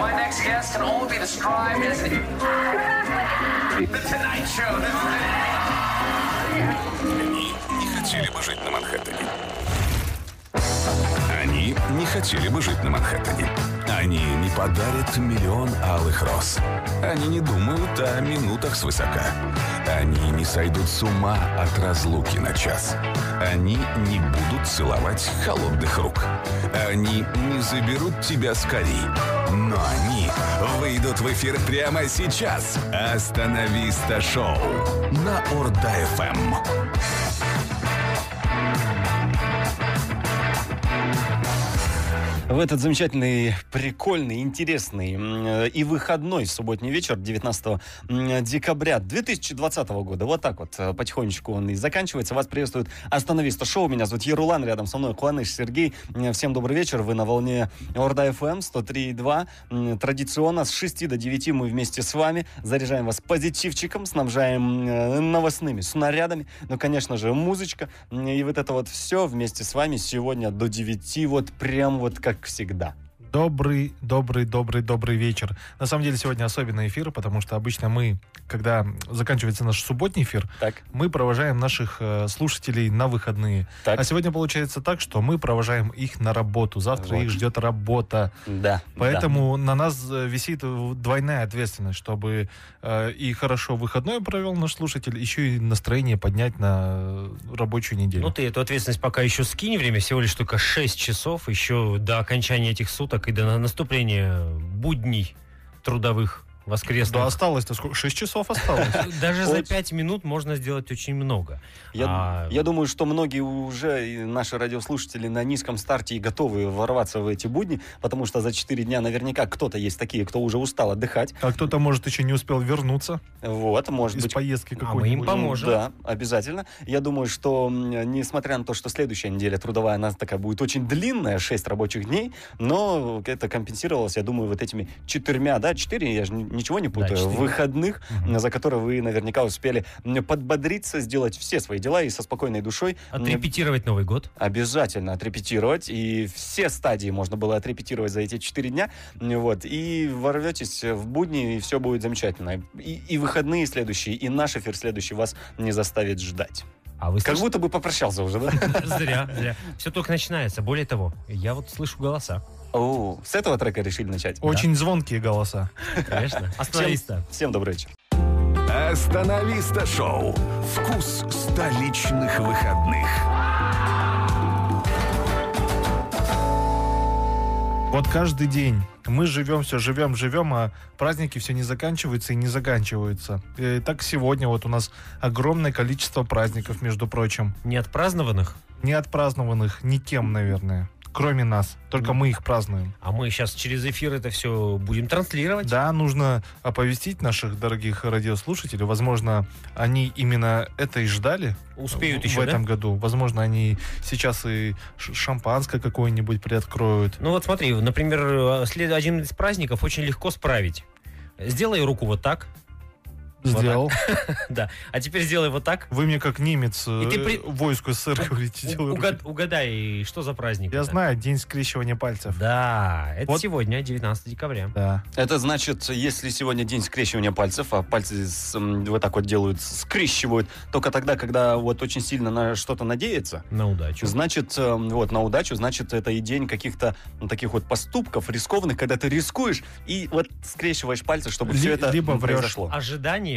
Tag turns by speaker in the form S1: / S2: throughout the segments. S1: podcast can only be described as the Tonight Show.
S2: Они не хотели бы жить на Манхэттене. Они не хотели бы жить на Манхэттене. Они не подарят миллион алых роз. Они не думают о минутах свысока. Они не сойдут с ума от разлуки на час. Они не будут целовать холодных рук. Они не заберут тебя скорей. Но они выйдут в эфир прямо сейчас. Остановиста шоу на Эм. Орда-ФМ.
S3: В этот замечательный, прикольный, интересный м, э, и выходной субботний вечер 19 м, декабря 2020 года. Вот так вот э, потихонечку он и заканчивается. Вас приветствует Остановиста Шоу. Меня зовут Ерулан, рядом со мной Куаныш Сергей. М, Всем добрый вечер. Вы на волне Орда FM 103.2. М, Традиционно с 6 до 9 мы вместе с вами заряжаем вас позитивчиком, снабжаем э, новостными снарядами. Ну, конечно же, музычка. М, И вот это вот все вместе с вами сегодня до 9, вот прям вот как всегда.
S4: Добрый, добрый, добрый, добрый вечер. На самом деле сегодня особенный эфир, потому что обычно мы, когда заканчивается наш субботний эфир,
S3: Так,
S4: мы провожаем наших э, слушателей на выходные.
S3: так,
S4: А сегодня получается так, что мы провожаем их на работу. Завтра
S3: Вот.
S4: их ждет работа.
S3: да.
S4: Поэтому на нас э, висит э, двойная ответственность, чтобы э, и хорошо выходной провел наш слушатель, еще и настроение поднять на э, рабочую неделю.
S5: Ну, ты эту ответственность пока еще скинь. Время всего лишь только 6 часов еще до окончания этих суток и до на- наступления будней трудовых
S4: да
S5: воскресных.
S4: осталось-то сколько? Шесть часов осталось.
S5: Даже за
S3: Очень.
S5: 5 минут можно сделать очень много.
S3: Я,
S5: А-
S3: я думаю, что многие уже и наши радиослушатели на низком старте и готовы ворваться в эти будни, потому что за 4 дня наверняка кто-то есть такие, кто уже устал отдыхать.
S4: А кто-то, может, еще не успел вернуться
S3: Вот, может
S4: из
S3: быть,
S4: поездки
S5: А мы им
S4: какой-нибудь.
S5: поможем.
S3: Да, обязательно. Я думаю, что м, несмотря на то, что следующая неделя трудовая, она такая будет очень длинная, 6 рабочих дней, но это компенсировалось, я думаю, вот этими четырьмя, да, четыре, я же ни- ничего не путаю,
S5: четыре.
S3: выходных,
S4: Мгм.
S3: м, за которые вы наверняка успели м, подбодриться, сделать все свои дела и со спокойной душой м,
S5: Отрепетировать Новый год.
S3: обязательно отрепетировать. И все стадии можно было отрепетировать за эти четыре дня. М, Вот. И ворветесь в будни, и все будет замечательно. И, и выходные следующие, и наш эфир следующий вас не заставит ждать.
S5: А вы
S3: Как
S5: слышите?
S3: будто бы попрощался уже, да?
S5: Зря, зря. Все только начинается. Более того, я вот слышу голоса.
S3: О, с этого трека решили начать.
S4: Очень звонкие голоса.
S5: Конечно.
S3: А
S5: Остановись-то.
S3: Всем добрый вечер.
S2: Остановиста шоу. Вкус столичных выходных.
S4: Вот каждый день мы живем, все живем, живем, а праздники все не заканчиваются и не заканчиваются. И так сегодня вот у нас огромное количество праздников, между прочим.
S5: Не отпразднованных,
S4: Не отпразднованных никем, наверное. Кроме нас. Только мы их празднуем.
S5: а мы сейчас через эфир это все будем транслировать.
S4: Да, нужно оповестить наших дорогих радиослушателей. Возможно, они именно это и ждали.
S5: Успеют
S4: в,
S5: еще,
S4: в
S5: да?
S4: этом году. Возможно, они сейчас и ш- шампанское какое-нибудь приоткроют.
S5: Ну вот смотри, например, э, след- один из праздников очень легко справить. Сделай руку вот так, Вот
S4: Сделал.
S5: а теперь сделай вот так.
S4: Вы мне как немец
S5: И ты
S4: э,
S5: при-
S4: войску СССР говорите.
S5: У-
S4: делай
S5: угад-
S4: руки.
S5: угадай, что за праздник?
S4: Я
S5: это?
S4: знаю, день скрещивания пальцев.
S5: Да, это
S4: Вот.
S5: сегодня, 19 декабря.
S4: Да.
S3: Это значит, если сегодня день скрещивания пальцев, а пальцы с, м, вот так вот делают, скрещивают, только тогда, когда вот очень сильно на что-то надеется,
S5: На удачу.
S3: Значит, э, вот, на удачу, значит, это и день каких-то ну, таких вот поступков рискованных, когда ты рискуешь и вот скрещиваешь пальцы, чтобы
S4: Ли-
S3: все это
S4: либо
S3: м,
S4: врешь.
S3: произошло.
S5: Ожидание.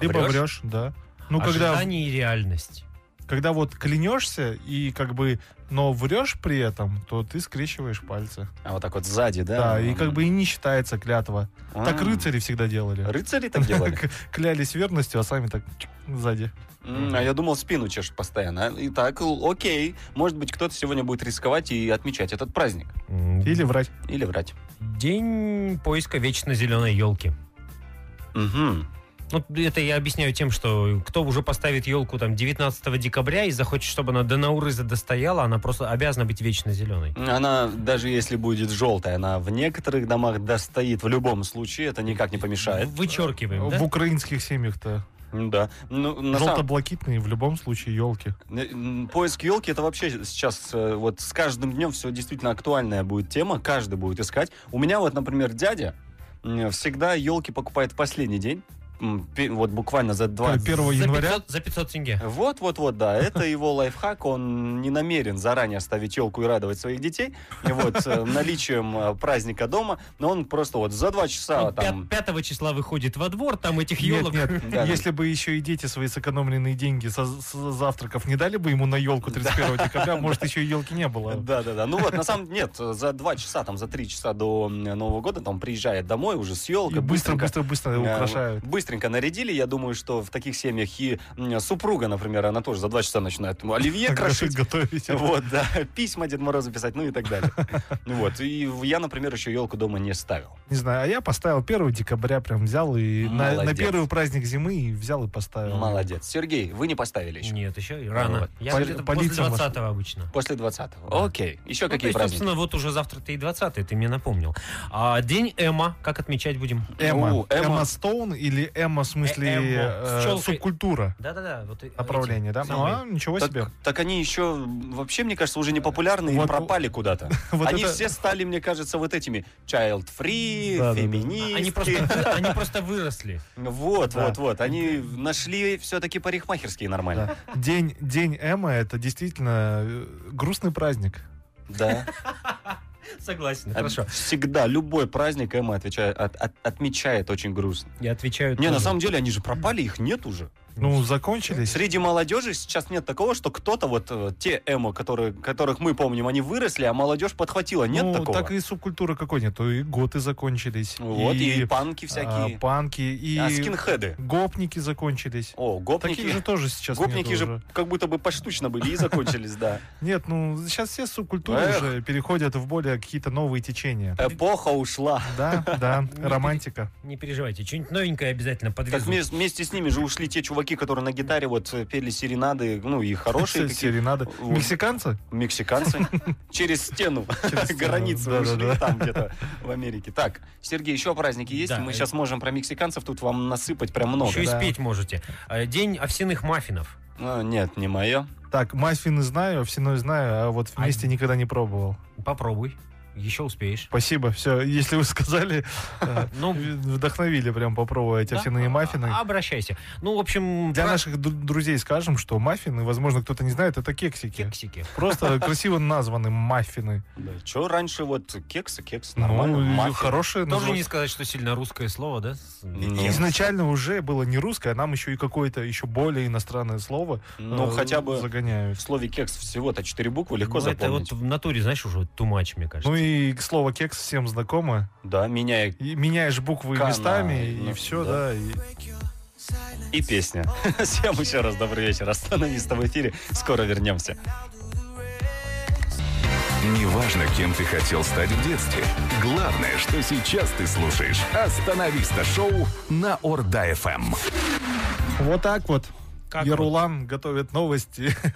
S4: Либо
S5: Врешь?
S4: врешь, да.
S5: А
S4: Ну, когда,
S5: Ожидание и реальность.
S4: когда вот клянешься и как бы, но врешь при этом, то ты скрещиваешь пальцы.
S3: А вот так вот сзади, да?
S4: Да, и как бы и не считается клятва.
S3: А.
S4: Так рыцари всегда делали.
S3: Рыцари так делали?
S4: Клялись верностью, а сами так чик, сзади.
S3: М, А я думал, спину чешут постоянно. Итак, л- окей. Может быть, кто-то сегодня будет рисковать и отмечать этот праздник.
S5: М,
S4: Или врать.
S3: Или врать.
S5: День поиска вечно зеленой елки.
S3: Мгм.
S5: Ну, это я объясняю тем, что кто уже поставит елку там 19 декабря и захочет, чтобы она до Наурыза достояла, она просто обязана быть вечно зеленой.
S3: Она, даже если будет желтая, она в некоторых домах достоит. В любом случае, это никак не помешает.
S5: Вычеркиваем, да?
S4: В украинских семьях-то
S3: Да. Ну, на самом-
S4: Желто-блакитные в любом случае елки.
S3: Н- н- Поиск елки это вообще сейчас э, вот с каждым днем все действительно актуальная будет тема, каждый будет искать. У меня вот, например, дядя, м, всегда елки покупает в последний день. М, пе- Вот буквально за два...
S4: 1 января.
S5: За 500, за 500 тенге.
S3: Вот-вот-вот, да, это его лайфхак, он не намерен заранее ставить елку и радовать своих детей, вот, э, наличием э, праздника дома, но он просто вот за два часа
S5: Он пя-
S3: там...
S5: 5 Ну, числа выходит во двор, там этих елок.
S4: Нет, нет,
S3: Да, да.
S4: если бы еще и дети свои сэкономленные деньги со, с- завтраков не дали бы ему на елку 31 декабря, может, еще и елки не было.
S3: Да, да, да. Ну вот, на самом деле, нет, э, за два часа, там, за три часа до м, Нового года, там, приезжает домой уже с
S4: И
S3: елкой.
S4: быстро, быстро, быстро
S3: Э,
S4: украшают.
S3: Быстренько нарядили. Я думаю, что в таких семьях и м, супруга, например, она тоже за два часа начинает м, оливье крошить.
S4: готовить.
S3: Вот, да, письма Дед Морозу писать, ну и так далее. Вот, и в- я, например, еще елку дома не ставил.
S4: Не знаю, а я поставил 1 декабря, прям взял и на, на
S3: Молодец.
S4: первый праздник зимы и взял и поставил.
S3: Молодец. Сергей, вы не поставили еще?
S5: Нет, еще и рано.
S3: Вот.
S5: Я
S4: Поли-
S5: где-то после
S4: полиция
S5: 20 обычно.
S3: После 20-го. Окей. Еще
S5: Ну,
S3: Ну,
S5: то
S3: какие
S5: есть,
S3: праздники?
S5: собственно, вот уже завтра-то и 20 ты мне напомнил. А, день Эма, как отмечать будем?
S4: Эмма.
S3: Ну, Эмма.
S4: Эмма. Стоун или Эмма, в смысле,
S5: Э, Эмма.
S4: э,
S5: С челкой.
S4: субкультура
S5: Да-да-да. Вот и-
S4: направления,
S5: эти
S4: да?
S5: самые.
S4: Ну, а, ничего
S3: Так,
S4: себе.
S3: так они еще вообще, мне кажется, уже не популярны и
S4: Вот-
S3: пропали куда-то.
S4: вот
S3: они
S4: это-
S3: все стали, мне кажется, вот этими child free,
S4: Да, да, да.
S3: феминистки.
S5: Они просто, они просто выросли.
S3: Вот,
S4: Да.
S3: вот, вот. Они нашли все-таки парикмахерские нормально.
S4: Да. День, день Эмма это действительно э, грустный праздник.
S3: Да.
S5: Согласен, хорошо.
S3: Всегда любой праздник Эмма отвечает, от- от- отмечает очень грустно.
S5: Я отвечаю.
S3: Не, на
S5: тоже.
S3: самом деле они же пропали, их нет уже.
S4: Ну, закончились.
S3: Среди молодежи сейчас нет такого, что кто-то вот э, те эмо, которые, которых мы помним, они выросли, а молодежь подхватила. Нет
S4: ну,
S3: такого.
S4: так и субкультуры какой нет. И готы закончились.
S3: Вот, и, панки всякие.
S4: а, панки, и
S3: А, скинхеды.
S4: гопники закончились.
S3: О, гопники.
S4: Таких же тоже сейчас
S3: Гопники
S4: нету
S3: же
S4: уже.
S3: как будто бы поштучно были и закончились, да.
S4: Нет, ну сейчас все субкультуры
S3: Эх.
S4: уже переходят в более какие-то новые течения.
S3: Эпоха ушла.
S4: Да, да, романтика.
S5: Не переживайте, что-нибудь новенькое обязательно
S3: Так
S5: подвезу.
S3: вмес- вместе с ними же ушли те чуваки, которые на гитаре вот э, пели серенады, ну и хорошие
S4: Все-
S3: какие
S4: серенады.
S3: Вот.
S4: Мексиканцы?
S3: мексиканцы через стену,
S4: Через
S3: границу
S4: стену, да-да-да.
S3: ушли там где-то в Америке. Так, Сергей, еще праздники есть?
S5: Да.
S3: Мы сейчас можем про мексиканцев тут вам насыпать прям много.
S5: Еще и
S4: да.
S5: спеть можете. А, День овсяных маффинов.
S3: А, нет, не мое.
S4: Так, маффины знаю, овсяной знаю, а вот вместе никогда не пробовал.
S5: Попробуй, еще успеешь.
S4: Спасибо, все, если вы сказали, э,
S5: Ну,
S4: вдохновили прям попробовать
S5: да?
S4: овсяные маффины.
S5: А- Обращайся. Ну, в общем,
S4: Для
S5: пра-
S4: наших ду- друзей скажем, что маффины, возможно, кто-то не знает, это кексики.
S5: кексики.
S4: Просто красиво названы маффины.
S3: Да, Че раньше вот кексы, кексы, нормально.
S4: Ну,
S3: маффин.
S4: хорошие
S5: Тоже
S4: названия.
S5: не сказать, что сильно русское слово, да? С-
S3: Ну,
S4: Изначально уже было не русское, а нам еще и какое-то еще более иностранное слово
S3: ну,
S4: э,
S3: хотя бы
S4: загоняют.
S3: в слове кекс всего-то четыре буквы легко
S5: Ну, это
S3: запомнить.
S5: вот в натуре, знаешь, уже тумач, мне кажется.
S4: Ну и слово кекс всем знакомо.
S3: Да, меняя
S4: И меняешь буквы
S3: Канал,
S4: местами,
S3: ну,
S4: и все,
S3: да.
S4: да. и-
S3: и песня. Всем еще раз добрый вечер. Остановись в эфире. Скоро вернемся.
S2: Неважно, кем ты хотел стать в детстве. Главное, что сейчас ты слушаешь «Остановиста» шоу на Орда-ФМ.
S4: Вот так вот.
S5: Как
S4: Ярулан готовит новости.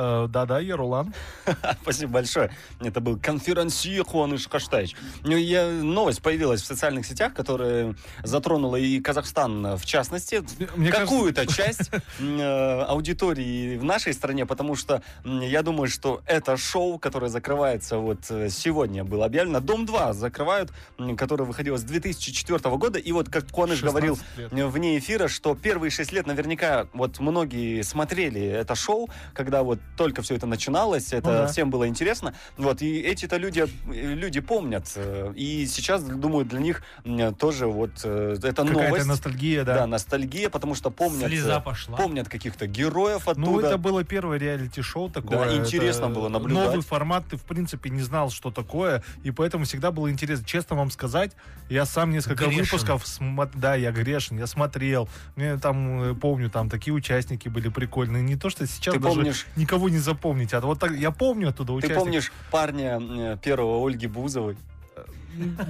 S4: Э, Да-да, Ярулан.
S3: Спасибо большое. Это был конференсье Хуаныш Каштаевич. Ну, я- Новость появилась в социальных сетях, которая затронула и Казахстан э, в частности.
S4: Мне
S3: Какую-то часть м, э, аудитории в нашей стране, потому что м, я думаю, что это шоу, которое закрывается вот э, сегодня было объявлено. Дом-2 закрывают, м, которое выходило с 2004 года. И вот, как Куаныш говорил
S4: 16 лет.
S3: вне эфира, что первые шесть лет наверняка вот многие смотрели это шоу, когда вот только все это начиналось, это
S4: Ну да.
S3: всем было интересно. Вот, и эти-то люди, люди помнят. э, И сейчас, думаю, для них м, тоже вот э, это
S4: Какая-то
S3: новость.
S4: ностальгия,
S3: Да,
S4: да.
S3: ностальгия, потому что помнят,
S5: Слеза
S3: э,
S5: пошла.
S3: помнят каких-то героев оттуда.
S4: Ну, это было первое реалити-шоу такое.
S3: Да, интересно
S4: Это
S3: было наблюдать.
S4: Новый формат, ты, в принципе, не знал, что такое, и поэтому всегда было интересно. Честно вам сказать, я сам несколько
S5: Грешен.
S4: выпусков... смо- Да, я грешен, я смотрел. Мне там, э, помню, там такие участники были прикольные. Не то, что сейчас
S3: Ты
S4: даже
S3: помнишь-
S4: никого не запомнить. А вот так, я помню оттуда
S3: Ты
S4: участников.
S3: помнишь парня э, первого Ольги Бузовой?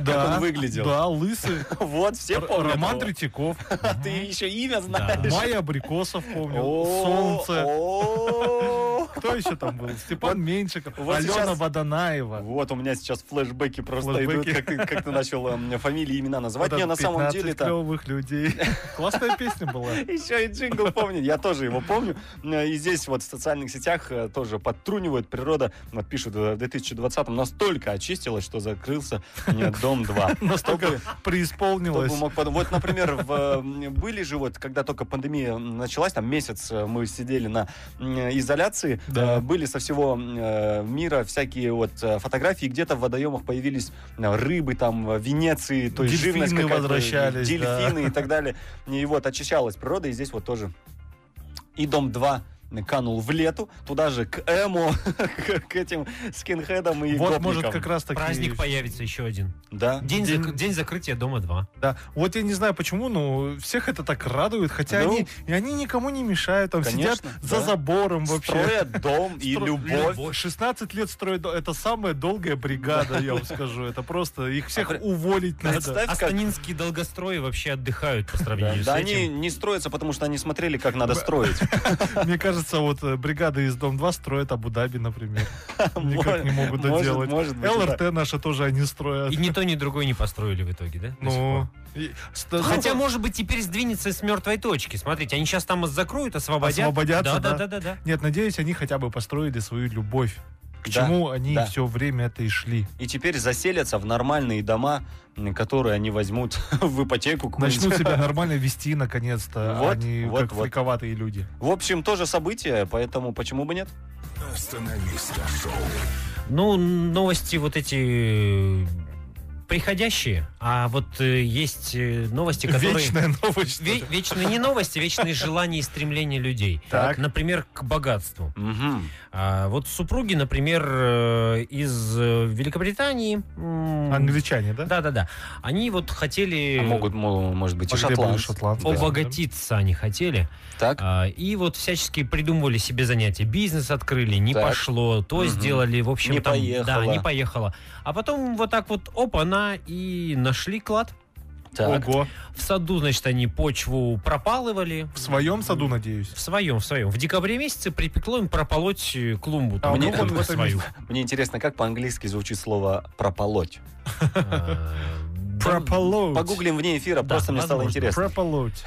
S4: да,
S3: он выглядел?
S4: Да, лысый.
S3: Вот, все помнят
S4: Роман
S3: его.
S4: Третьяков,
S3: А Ты еще имя знаешь?
S4: Майя Абрикосов помню,
S3: О,
S4: Солнце.
S3: о,
S4: Кто еще там был? Степан Меньшиков,
S3: вот
S4: Алена
S3: сейчас-
S4: Водонаева.
S3: Вот у меня сейчас флешбеки просто
S4: Флешбэки.
S3: идут, как ты, как ты начал эм, фамилии, имена называть.
S4: Вот
S3: Не,
S4: это
S3: на самом
S4: 15
S3: деле-то...
S4: клевых людей. Классная песня была.
S3: Еще и джингл помню, я тоже его помню. И здесь вот в социальных сетях э, тоже подтрунивают. Природа, вот пишут, э, в 2020-м настолько очистилась, что закрылся э, Дом-2.
S4: Настолько
S3: Кто бы
S4: преисполнилась.
S3: мог подумать. Вот, например, в, э, были же вот, когда только пандемия началась, там месяц э, мы сидели на м, изоляции,
S4: Да.
S3: э, были со всего э, мира всякие вот э, фотографии, где-то в водоемах появились э, рыбы, там, э, Венеции, то есть
S4: Дельфины
S3: живность какая-то,
S4: возвращались,
S3: дельфины
S4: да.
S3: и так далее. И вот очищалась природа, и здесь вот тоже. И Дом-2 канул в лету, туда же к Эмо, к, к этим скинхедам и
S4: Вот, может,
S3: гопникам.
S4: как раз таки...
S5: Праздник появится еще один.
S3: Да.
S5: День,
S4: День-
S5: зак- день закрытия дома 2.
S4: Да, вот я не знаю почему, но всех это так радует, хотя
S3: Ну.
S4: они, и они никому не мешают, там
S3: Конечно,
S4: сидят за
S3: да.
S4: забором вообще.
S3: Строят дом и
S4: Стро-
S3: любовь.
S4: 16 лет строят, до- это самая долгая бригада, я вам скажу, это просто, их всех
S3: пре-
S4: уволить надо.
S3: А Представь, как-
S5: Астанинские долгострои вообще отдыхают по
S3: Да,
S5: сравнению с
S3: да они
S5: этим.
S3: не строятся, потому что они смотрели, как надо строить.
S4: Мне кажется, вот э, бригада из Дом-2 строит Абу-Даби, например. Никак
S3: Может-
S4: не могут
S3: может-
S4: доделать.
S3: может быть,
S4: ЛРТ наши тоже они строят.
S5: И ни то, ни другое не построили в итоге, да? до сих пор?
S4: Ну, и- ста-
S5: Хотя,
S4: ну,
S5: может быть, теперь сдвинется с мертвой точки. Смотрите, они сейчас там закроют, освободят.
S4: Освободятся,
S5: да,
S4: да.
S5: да, да, да.
S4: Нет, надеюсь, они хотя бы построили свою любовь. К
S3: Да,
S4: чему они
S3: да.
S4: все время это и шли.
S3: И теперь заселятся в нормальные дома, м, которые они возьмут в ипотеку. какую-нибудь.
S4: Начнут себя нормально вести наконец-то,
S3: Вот,
S4: а не
S3: вот,
S4: как
S3: вот.
S4: фриковатые люди.
S3: В общем, тоже событие, поэтому почему бы нет?
S2: Остановиста шоу.
S5: Ну, новости вот эти э, приходящие, а вот э, есть э, новости, которые...
S4: Вечная новость. что ли?
S5: Ве- вечные не новости, вечные желания и стремления людей.
S4: Так.
S5: Например, к богатству.
S3: Мгм.
S5: А вот супруги, например, э, из э, Великобритании... м,
S4: Англичане, да?
S5: Да-да-да. Они вот хотели...
S3: А могут, мол, может быть, и
S4: Могли бы
S3: шотландцы.
S4: шотландцы.
S3: Да.
S4: Оба-
S5: Обогатиться они хотели.
S3: Так,
S5: А, И вот всячески придумывали себе занятия. Бизнес открыли, не
S3: Так.
S5: пошло, то
S3: Мгм.
S5: сделали, в общем
S3: Не
S5: там,
S3: поехало.
S5: Да, не поехало. А потом вот так вот, опа-на, и нашли клад.
S3: так.
S4: Ого.
S5: В саду, значит, они почву пропалывали.
S4: В своем саду, надеюсь.
S5: В своем, в своем. В декабре месяце припекло им прополоть э, клумбу.
S4: А
S5: Там,
S3: мне-
S5: ну, хоть бы
S4: это
S5: свою.
S3: Мне интересно, как по-английски звучит слово «прополоть».
S5: А, да,
S4: Прополоть.
S3: Погуглим вне эфира,
S5: Да,
S3: просто мне стало
S5: возможно.
S3: интересно.
S4: Прополоть.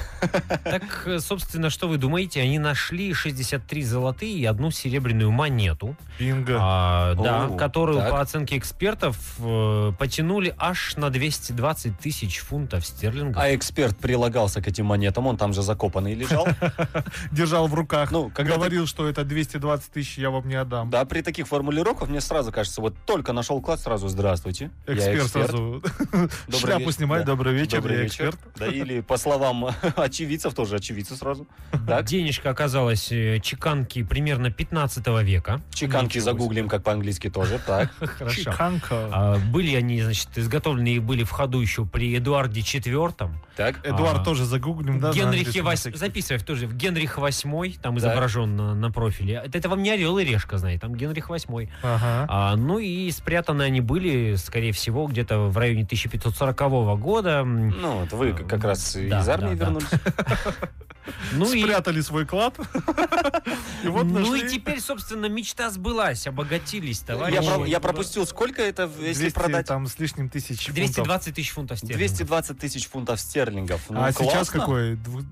S5: Так, э, собственно, что вы думаете? Они нашли 63 золотые и одну серебряную монету.
S4: Бинго.
S5: А, да,
S3: О,
S5: которую,
S3: так.
S5: по оценке экспертов, э, потянули аж на 220 тысяч фунтов стерлингов.
S3: А эксперт прилагался к этим монетам, он там же закопанный лежал.
S4: Держал в руках.
S3: Ну, когда ты
S4: Говорил, что это 220 тысяч, я вам не отдам.
S3: Да, при таких формулировках мне сразу кажется, вот только нашел клад, сразу здравствуйте. я
S4: Эксперт сразу.
S3: Добрый
S4: Шляпу
S3: вечер,
S4: снимай,
S3: да.
S4: добрый вечер,
S3: Добрый
S4: я
S3: вечер.
S4: эксперт.
S3: Да, или по словам очевидцев, тоже очевидцы сразу. Так,
S5: Денежка оказалась э, чеканки примерно 15 века.
S3: чеканки
S5: Ничего
S3: загуглим, как по-английски тоже, так.
S5: себе. Хорошо.
S4: Чиканка.
S5: А, Были они, значит, изготовлены и были в ходу еще при Эдуарде IV,
S3: Так,
S4: Эдуард
S5: а,
S4: тоже загуглим, да? на
S5: Генрихе
S4: английском
S5: VIII,
S4: языке.
S5: записывай тоже, в Генрих VIII, там
S3: Так.
S5: изображен на, на профиле. Это, это вам не Орел и Решка, знаете, там Генрих VIII.
S4: Ага.
S5: А, ну и спрятаны они были, скорее всего, где-то в районе 1540 года. М,
S3: ну вот вы как раз
S5: Да,
S3: из армии
S5: да, да.
S3: вернулись.
S5: Ну и,
S4: Спрятали свой клад. И вот
S5: ну и
S4: нашли.
S5: теперь, собственно, мечта сбылась, обогатились,
S4: Ну,
S5: товарищи.
S3: Я про- Я пропустил, сколько это, если
S4: 200
S3: продать?
S4: там с лишним тысяч фунтов.
S5: 220 тысяч фунтов стерлингов.
S3: 220 тысяч фунтов стерлингов. Ну,
S4: а сейчас
S3: классно.
S4: какой? Дву-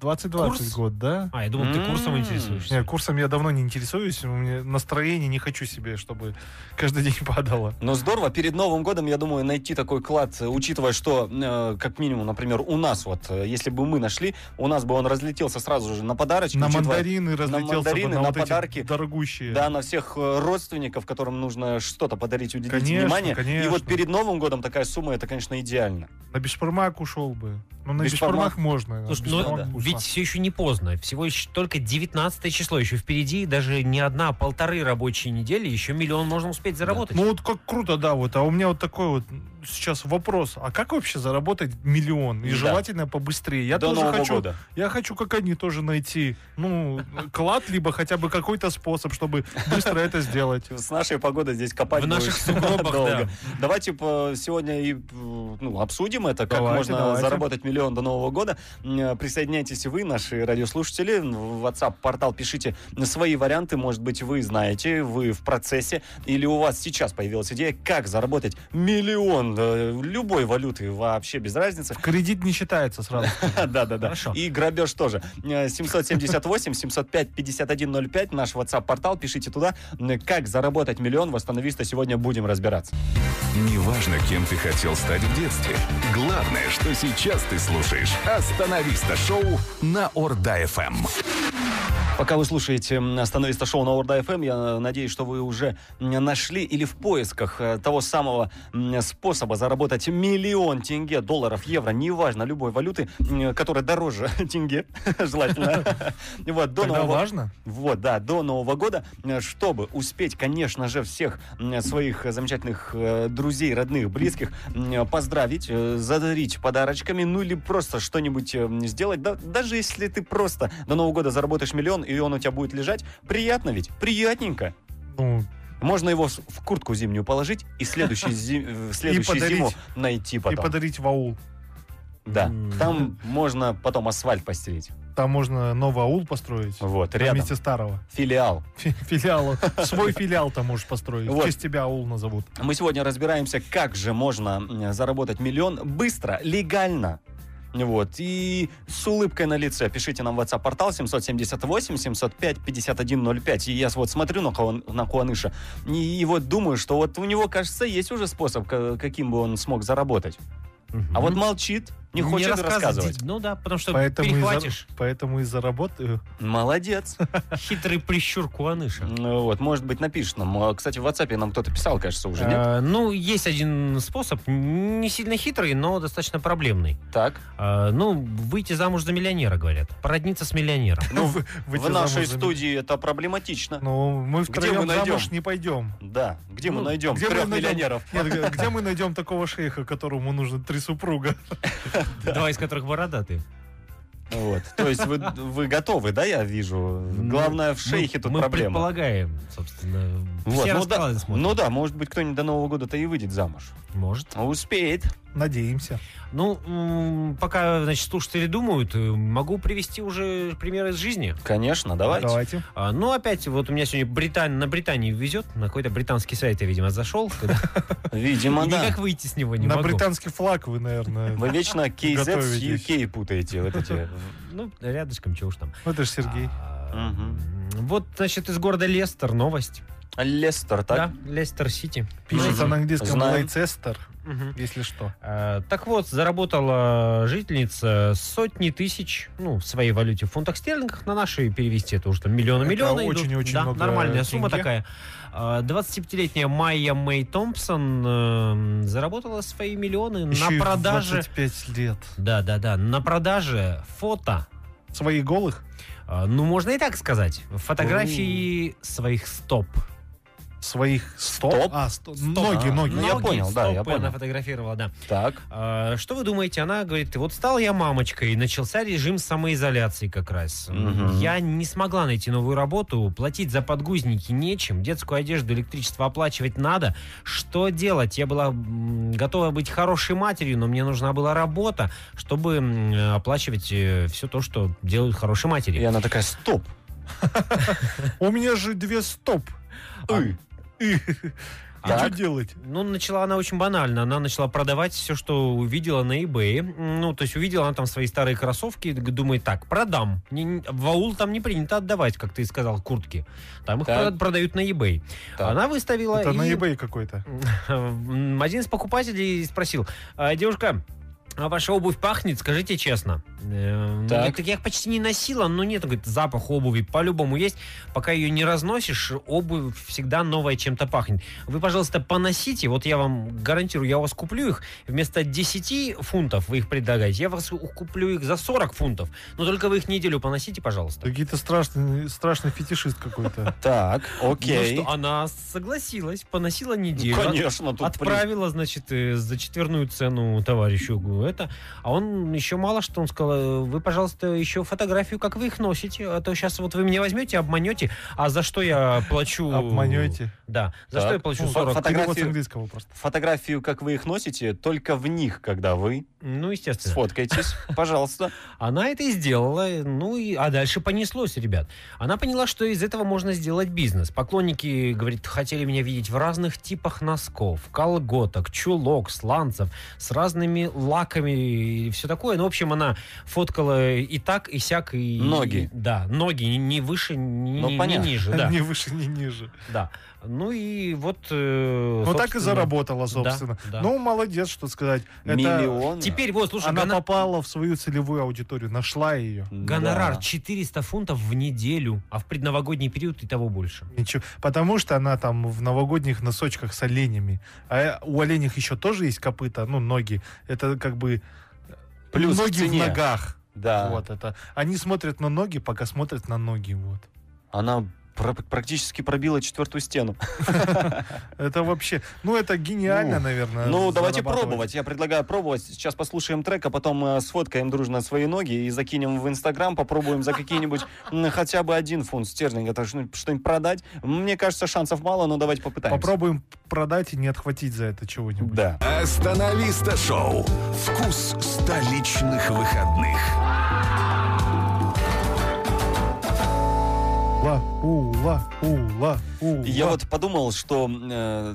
S4: 2020
S5: Курс?
S4: год, да?
S5: А, я думал, ты курсом
S3: М.
S5: интересуешься.
S4: Не, курсом я давно не интересуюсь, у меня настроение не хочу себе, чтобы каждый день падало.
S3: Ну здорово, перед Новым годом, я думаю, найти такой клад, э, учитывая, что, э, как минимум, например, у нас вот, э, если бы мы нашли, у нас бы он разлетелся сразу же на подарочки.
S4: На
S3: учитывая-
S4: мандарины разлетелся
S3: мандарины,
S4: бы,
S3: на
S4: на, вот эти
S3: подарки.
S4: дорогущие.
S3: Да, на всех э, родственников, которым нужно что-то подарить, уделить
S4: Конечно,
S3: внимание. И
S4: конечно.
S3: вот перед Новым годом такая сумма, это, конечно, идеально.
S4: На бешпармак ушел бы. Ну, на
S3: Бешпармак.
S4: бешпармак можно. на
S5: Слушай, ну,
S4: бешпармак ушла.
S5: ведь все еще не поздно. Всего еще только 19 число еще впереди. Даже не одна, а полторы рабочие недели. Еще миллион можно успеть заработать.
S4: Ну, вот как круто, да, вот. А у меня вот такой вот сейчас вопрос, а как вообще заработать миллион? И
S3: Да.
S4: желательно побыстрее. Я
S3: До
S4: тоже
S3: Нового
S4: хочу,
S3: года.
S4: я хочу, как они тоже найти, ну, клад, либо хотя бы какой-то способ, чтобы быстро это сделать.
S3: С нашей погодой здесь копать
S5: В
S3: будет
S5: наших сугробах,
S3: долго.
S5: да.
S3: Давайте по- сегодня и ну, обсудим это, как
S4: Давайте,
S3: можно
S4: давайте.
S3: заработать миллион до Нового года. М, Присоединяйтесь и вы, наши радиослушатели. В WhatsApp-портал пишите свои варианты. Может быть, вы знаете, вы в процессе, или у вас сейчас появилась идея, как заработать миллион э, любой валюты, вообще без разницы.
S4: Кредит не считается сразу.
S3: Да-да-да.
S5: Хорошо.
S3: И грабеж тоже. Э, 778-705-5105, наш WhatsApp-портал, пишите туда. М, Как заработать миллион, восстановиста, сегодня будем разбираться.
S2: Неважно, кем ты хотел стать в детстве. Главное, что сейчас ты слушаешь «Остановиста» шоу на Орда-ФМ.
S3: Пока вы слушаете м, «Остановиста» шоу на Орда ФМ, я э, надеюсь, что вы уже м, нашли или в поисках э, того самого м, способа заработать миллион тенге, долларов, евро, неважно, любой валюты, м, которая дороже тенге, желательно. Вот, до
S4: Тогда
S3: Нового
S4: важно.
S3: Вот, да, до Нового года, э, чтобы успеть, конечно же, всех м, своих э, замечательных э, друзей, родных, близких м, поздравить, э, задарить подарочками, ну или просто что-нибудь э, м, сделать. Да- даже если ты просто до Нового года заработаешь миллион, и он у тебя будет лежать, приятно ведь, приятненько.
S4: Ну,
S3: Можно его с- в куртку зимнюю положить и следующий зи- э, в следующую
S4: подарить.
S3: зиму найти
S4: и
S3: потом.
S4: подарить ваул.
S3: Да,
S5: М.
S3: там можно потом асфальт постелить.
S4: Там можно новый аул построить.
S3: Вот,
S4: на
S3: рядом.
S4: месте старого.
S3: Филиал.
S4: Фи- Филиал. Свой филиал там можешь построить.
S3: Вот.
S4: В честь тебя аул назовут.
S3: Мы сегодня разбираемся, как же можно м, заработать миллион быстро, легально. Вот. И с улыбкой на лице пишите нам в WhatsApp-портал 778-705-5105. И я вот смотрю на, Хуан- на Хуаныша и, и вот думаю, что вот у него, кажется, есть уже способ, ка- каким бы он смог заработать. А вот молчит, не хочет рассказывать.
S5: Ну да, потому что
S4: Поэтому и, зар-
S5: перехватишь.
S4: поэтому и заработаю.
S3: Молодец.
S5: Хитрый прищур Куаныша.
S3: Ну Вот, может быть, напишет нам. А, Кстати, в WhatsApp нам кто-то писал, кажется, уже, нет?
S5: А, ну, есть один способ, не сильно хитрый, но достаточно проблемный.
S3: Так.
S5: А, ну, выйти замуж за миллионера, говорят. Породниться с миллионером.
S4: Ну, вы- выйти
S3: В нашей
S4: замуж за меня.
S3: студии это проблематично.
S4: Ну, мы
S3: Где
S4: втроем
S3: мы найдем?
S4: замуж не пойдем.
S3: Да. Где мы
S4: Ну,
S3: найдем
S4: где мы
S3: трех
S4: найдем?
S3: миллионеров?
S4: Нет, г- где мы найдем такого шейха, которому нужно три супруга?
S5: Два из которых бородатые.
S3: Вот. То есть вы, вы готовы, да, я вижу? Главное, в шейхе
S5: Мы-
S3: тут
S5: ну, мы
S3: проблема.
S5: предполагаем, собственно.
S3: Вот,
S5: Все
S3: ну, да,
S5: расклады смотрят.
S3: ну да, может быть, кто-нибудь до Нового года-то и выйдет замуж.
S5: Может.
S3: Успеет.
S4: Надеемся.
S5: Ну, м, пока, значит, слушатели думают, э, могу привести уже пример из жизни.
S3: Конечно, давайте.
S4: Давайте.
S5: А, ну, опять, вот у меня сегодня Британ... на Британию везет, на какой-то британский сайт я, видимо, зашел.
S3: Видимо, Ну да.
S5: Никак выйти с него не
S4: На
S5: могу.
S4: британский флаг вы, наверное.
S3: Вы вечно KZ с
S4: Готовитесь.
S3: UK путаете. Вот эти.
S5: Ну, рядышком, чего уж там.
S4: Ну, Это же Сергей.
S5: А,
S3: Мгм.
S5: м, Вот, значит, из города Лестер новость.
S3: Лестер, так?
S5: Да, Лестер-Сити.
S4: Пишется
S3: Мгм.
S4: на английском
S3: Знаем.
S4: Лейцестер,
S5: Мгм.
S4: если что.
S5: А, Так вот, заработала жительница сотни тысяч, ну, в своей валюте в фунтах стерлингах, на наши перевести это уже там миллионы
S4: Это
S5: миллионы. идут.
S4: очень-очень
S5: Да,
S4: много
S5: Нормальная сумма
S4: тенге.
S5: такая. А, 25-летняя Майя Мэй Томпсон эм, заработала свои миллионны
S4: Еще и
S5: на
S4: в
S5: продаже.
S4: 25 лет.
S5: Да, да, да, на продаже фото.
S4: Свои голых?
S5: а, Ну, можно и так сказать. Фотографии своих стоп.
S4: Своих стоп?
S3: Стоп?
S4: А, сто-
S3: Стоп.
S4: ноги,
S3: А,
S4: ноги.
S3: ну, я понял, да, я
S5: стопы
S3: понял.
S5: Она фотографировала, да.
S3: Так.
S5: А, Что вы думаете? Она говорит, вот стала я мамочкой, и начался режим самоизоляции как раз.
S3: Мгм.
S5: Я не смогла найти новую работу, платить за подгузники нечем, детскую одежду, электричество оплачивать надо. Что делать? Я была м, готова быть хорошей матерью, но мне нужна была работа, чтобы м, оплачивать все то, что делают хорошие матери.
S3: И она такая, стоп.
S4: У меня же две стоп.
S5: А,
S3: Ы.
S4: А что
S3: Так.
S4: делать?
S5: Ну, начала она очень банально. Она начала продавать все, что увидела на eBay. Ну, то есть увидела она там свои старые кроссовки, г- думает, так, продам. Не- не- в аул там не принято отдавать, как ты и сказал, куртки. Там их
S3: Так.
S5: прода- продают на eBay.
S3: Так.
S5: Она
S3: Ну,
S5: выставила
S4: Это
S5: и...
S4: на eBay какой-то.
S5: М, Один из покупателей спросил, «А, девушка, а ваша обувь пахнет, скажите честно. Э, ну,
S3: Так.
S5: говорит, так я их почти не носила, но нет, он говорит, запах обуви по-любому есть. Пока ее не разносишь, обувь всегда новая чем-то пахнет. Вы, пожалуйста, поносите, вот я вам гарантирую, я у вас куплю их, вместо 10 фунтов вы их предлагаете, я вас у- куплю их за 40 фунтов, но только вы их неделю поносите, пожалуйста.
S4: Какие-то страшные, страшный фетишист какой-то.
S3: Так,
S5: Ну
S3: окей. Ну,
S5: что, она согласилась, поносила неделю.
S3: Конечно, тут при-
S5: Отправила, значит, э, за четверную цену товарищу говорю, это. А он еще мало что, он сказал, э, вы, пожалуйста, еще фотографию, как вы их носите, а то сейчас вот вы меня возьмете, обманете, а за что я плачу...
S4: Обманете.
S5: Да, за
S3: Так.
S5: что я плачу
S3: Ну,
S5: 40?
S3: фото-
S4: Перевод с
S3: Фотографию.
S4: английского просто.
S3: Фотографию, как вы их носите, только в них, когда вы
S5: Ну, естественно.
S3: сфоткаетесь, пожалуйста.
S5: Она это и сделала, ну и, а дальше понеслось, ребят. Она поняла, что из этого можно сделать бизнес. Поклонники, говорит, хотели меня видеть в разных типах носков, колготок, чулок, сланцев, с разными лаками и все такое. Ну, в общем, она фоткала и так, и сяк, и...
S3: Ноги.
S5: да, ноги, ни, ни выше, ни,
S3: Ну,
S5: ни- ни
S3: понятно.
S5: ниже, да,
S4: Ни выше, ни ниже.
S5: да. Ну и вот... э,
S4: Ну так и
S5: собственно,
S4: заработала,
S5: да,
S4: собственно.
S5: да.
S4: Ну, молодец, что сказать. Это
S3: Миллион.
S5: Теперь вот, слушай,
S4: Она
S5: гона-
S4: попала в свою целевую аудиторию, нашла ее.
S5: гонорар 400 фунтов в неделю, а в предновогодний период и того больше.
S4: Ничего. Потому что она там в новогодних носочках с оленями. А у оленях еще тоже есть копыта, ну, ноги. Это как бы
S3: Плюс к
S4: ноги в
S3: цене.
S4: ногах.
S3: Да.
S4: Вот это. Они смотрят на ноги, пока смотрят на ноги. Вот.
S3: Она пр- практически пробила четвертую стену.
S4: Это вообще... Ну, это гениально,
S3: Ну,
S4: наверное.
S3: Ну, давайте
S4: Э, зарабатывать.
S3: пробовать. Я предлагаю пробовать. Сейчас послушаем трек, а потом э, сфоткаем дружно свои ноги и закинем в Инстаграм. Попробуем за какие-нибудь м, хотя бы один фунт стерлинга так что- ну, что-нибудь продать. Мне кажется, шансов мало, но давайте попытаемся.
S4: Попробуем продать и не отхватить за это чего-нибудь.
S3: Да.
S2: Остановиста шоу. Вкус столичных выходных.
S4: Ула, ула, ула, ула.
S3: Я вот подумал, что э,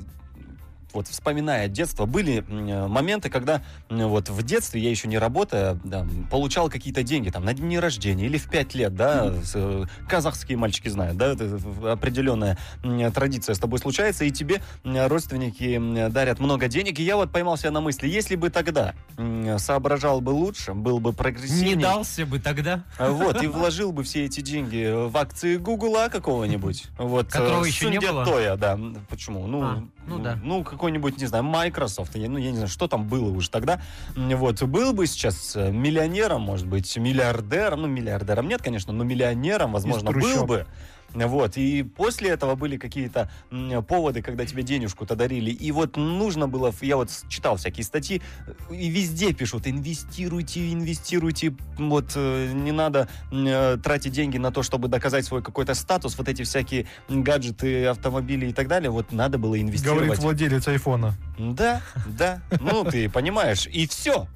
S3: вот вспоминая детство, были м, э, моменты, когда м, вот в детстве я еще не работая, да, получал какие-то деньги там на дни рождения или в 5 лет, да, с, э, казахские мальчики знают, да, это в- определенная м, традиция с тобой случается, и тебе м, родственники м, дарят много денег, и я вот поймал себя на мысли, если бы тогда м, соображал бы лучше, был бы прогрессивнее,
S5: Не дался бы тогда,
S3: а Вот, и вложил бы все эти деньги в акции Гугла какого-нибудь. Вот,
S5: Которого
S3: э,
S5: еще не было?
S3: сундетоя, да. М, Почему? Ну,
S5: А, ну да.
S3: Ну, какой-нибудь, не знаю, Microsoft. Я, ну, я не знаю, что там было уже тогда. М, Вот, был бы сейчас э, миллионером, может быть, миллиардером. Ну, миллиардером нет, конечно, но миллионером, возможно, был
S4: трущоб.
S3: бы. Вот, и после этого были какие-то м, поводы, когда тебе денежку-то дарили. И вот нужно было, я вот с- читал всякие статьи, и везде пишут, инвестируйте, инвестируйте, вот э, не надо м, э, тратить деньги на то, чтобы доказать свой какой-то статус, вот эти всякие м, гаджеты, автомобили и так далее, вот надо было
S4: Говорит
S3: инвестировать.
S4: владелец айфона.
S3: Да, да, ну ты понимаешь, и все.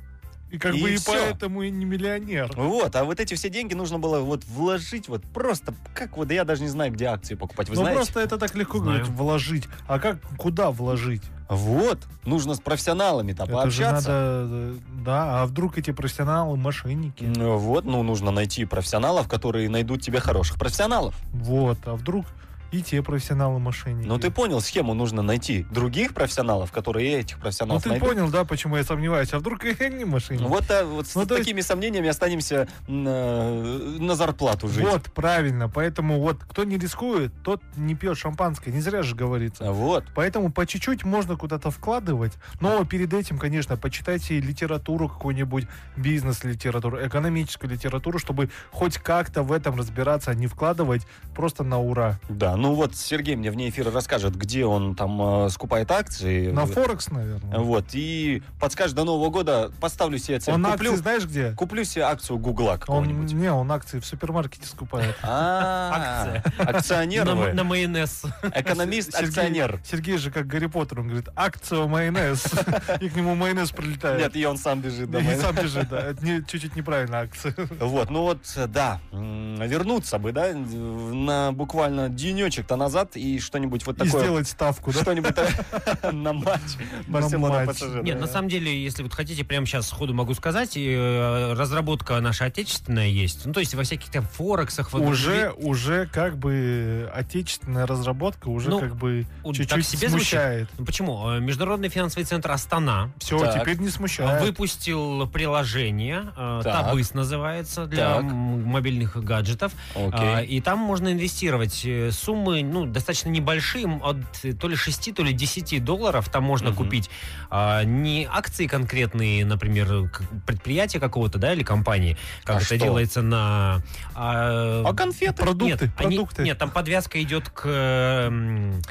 S4: И как
S3: И
S4: бы и
S3: всё.
S4: поэтому и не миллионер.
S3: Вот, а вот эти все деньги нужно было вот вложить, вот просто, как вот, да я даже не знаю, где акции покупать, вы
S4: ну
S3: знаете?
S4: просто это так легко
S5: Знаю.
S4: говорит, вложить. А как куда вложить?
S3: Вот, нужно с профессионалами-то
S4: это же
S3: пообщаться.
S4: надо, э, да. А вдруг эти профессионалы мошенники?
S3: Ну Вот, ну нужно найти профессионалов, которые найдут тебе хороших профессионалов.
S4: Вот, а вдруг и те профессионалы мошенники?
S3: Ну ты понял, схему нужно найти других профессионалов, которые этих
S4: ну
S3: профессионалов
S4: ты
S3: найдут.
S4: понял, да, почему я сомневаюсь? А вдруг и они мошенники?
S3: Вот, а, вот с
S4: Ну, то есть-
S3: такими сомнениями останемся м, э, на зарплату жить.
S4: Вот, правильно. Поэтому вот кто не рискует, тот не пьет шампанское. Не зря же говорится.
S3: Вот.
S4: Поэтому по чуть-чуть можно куда-то вкладывать. Но перед этим, конечно, почитайте литературу какую-нибудь, бизнес-литературу, экономическую литературу, чтобы хоть как-то в этом разбираться, а не вкладывать просто на ура.
S3: Да, ну вот Сергей мне вне эфира расскажет, где он там э, скупает акции.
S4: На Форекс, наверное.
S3: Вот, и подскажет до Нового года, поставлю себе цель,
S4: Он
S3: куплю,
S4: акции знаешь где?
S3: куплю себе акцию Гугла
S4: Он,
S3: какого-нибудь.
S4: не, он акции в супермаркете скупает.
S3: А, Акционер
S5: на,
S3: вы.
S5: на майонез.
S3: Экономист,
S4: Сергей-
S3: акционер.
S4: Сергей же как Гарри Поттер, он говорит, акция майонез. И к нему майонез прилетает.
S3: Нет, и он сам бежит домой.
S4: Э, И сам бежит, да. Это не- чуть-чуть неправильно акция.
S3: Вот, ну вот, да, м, вернуться бы, да, на буквально денечек звоночек-то назад и что-нибудь вот
S4: И
S3: такое.
S4: сделать ставку, да?
S3: Что-нибудь на матч Барселона
S4: матч.
S3: ПСЖ.
S5: Нет, на самом деле, если вот хотите, прямо сейчас сходу могу сказать, и, э, разработка наша отечественная есть. Ну, то есть во всяких там форексах. вот
S4: Уже, уже как бы отечественная разработка уже
S5: Ну,
S4: как бы
S5: у- так
S4: чуть-чуть
S5: себе звучит.
S4: смущает.
S5: Ну почему? Э, Международный финансовый центр Астана
S4: Все,
S3: Так.
S4: теперь
S5: А
S4: не смущает.
S5: выпустил приложение, э,
S3: Так.
S5: Табыс называется, для
S3: Так.
S5: м- мобильных гаджетов. А,
S3: Окей.
S5: И там можно инвестировать э, суммы, ну, достаточно небольшие, м, от э, то ли 6, то ли 10 долларов. Там можно
S3: Мгм.
S5: купить а, не акции конкретные, например, к- предприятия какого-то, да, или компании, как
S3: А
S5: это
S3: что?
S5: делается на... а,
S3: А конфеты?
S4: Продукты,
S5: нет, они-
S4: продукты.
S5: нет, там подвязка идет к... э, м,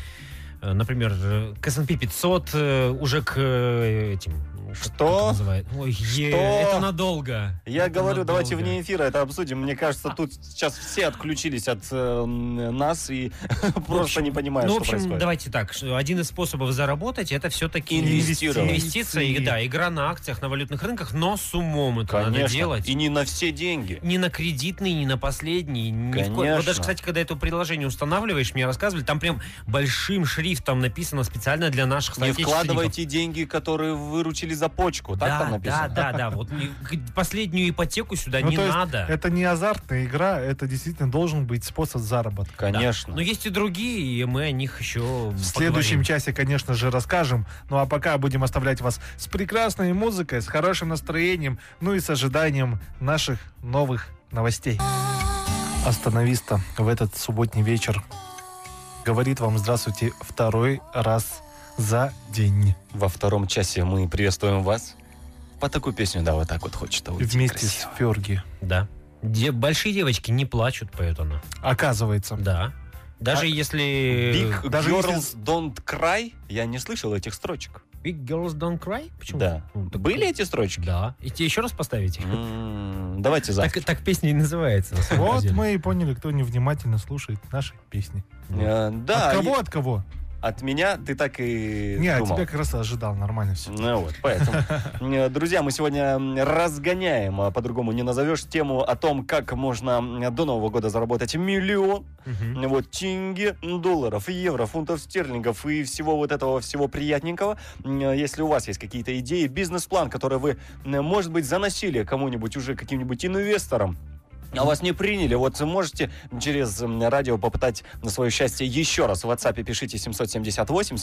S5: э, Например, э, к S&P 500 э, уже к э, этим... как-
S3: Что?
S5: как это называют? Ой, е,
S3: Что?
S5: это надолго.
S3: Я
S5: Это
S3: говорю, давайте
S5: надолго.
S3: вне эфира это обсудим. Мне кажется, тут сейчас все отключились от э, м, нас и просто не понимают,
S5: Ну, в
S3: что
S5: общем,
S3: происходит.
S5: давайте так. что Один из способов заработать это все-таки
S3: Инвестировать.
S5: инвестиции, и, да, игра на акциях, на валютных рынках, но с умом это надо делать.
S3: И не на все деньги.
S5: Ни на кредитный, ни на последний, ни в коем. Вот
S3: Конечно.
S5: даже, кстати, когда это приложение устанавливаешь, мне рассказывали, там прям большим шрифтом написано специально для наших
S3: Не
S5: соотечественников.
S3: вкладывайте деньги, которые выручили за почку. Так
S5: да,
S3: там написано?
S5: да, да, да. Вот ни- к- последнюю ипотеку сюда
S4: Ну,
S5: не
S4: то есть
S5: надо.
S4: Это не азартная игра, это действительно должен быть способ заработка.
S3: Конечно.
S5: Но есть и другие, и мы о них еще
S4: В следующем часе, конечно же, расскажем. Ну а пока будем оставлять вас с прекрасной музыкой, с хорошим настроением, ну и с ожиданием наших новых новостей. Остановиста в этот субботний вечер говорит вам здравствуйте второй раз за день.
S3: Во втором часе мы приветствуем вас. По такую песню, да, вот так вот хочется уйти.
S4: Вместе
S3: красиво.
S4: с Ферги.
S5: Да. Де- большие девочки не плачут, поет она.
S4: Оказывается.
S5: Да. Даже
S3: А-
S5: если...
S3: Big
S4: э, даже
S3: Girls
S4: если-
S3: Don't Cry. Я не слышал этих строчек.
S5: Big Girls Don't Cry? Почему?
S3: Да.
S5: Ну, так-
S3: Были эти строчки?
S5: Да. И те еще раз поставите?
S3: М, Давайте завтра.
S5: Так, так песня и называется. на самом
S4: Вот
S5: деле.
S4: мы и поняли, кто невнимательно слушает наши песни.
S3: Э, Да.
S4: от кого,
S3: и-
S4: от кого?
S3: От меня ты так и
S4: Не, от
S3: думал.
S4: тебя как раз ожидал, нормально все.
S3: Ну вот, поэтому. Э, Друзья, мы сегодня м, разгоняем, а по-другому не назовешь, тему о том, как можно м, до Нового года заработать миллион,
S5: Мгм.
S3: вот, тенге, долларов, евро, фунтов стерлингов и всего вот этого всего приятненького. М, э, Если у вас есть какие-то идеи, бизнес-план, который вы, м, может быть, заносили кому-нибудь уже, каким-нибудь инвесторам, а вас не приняли, вот можете через м, радио попытать на свое счастье еще раз. В WhatsApp пишите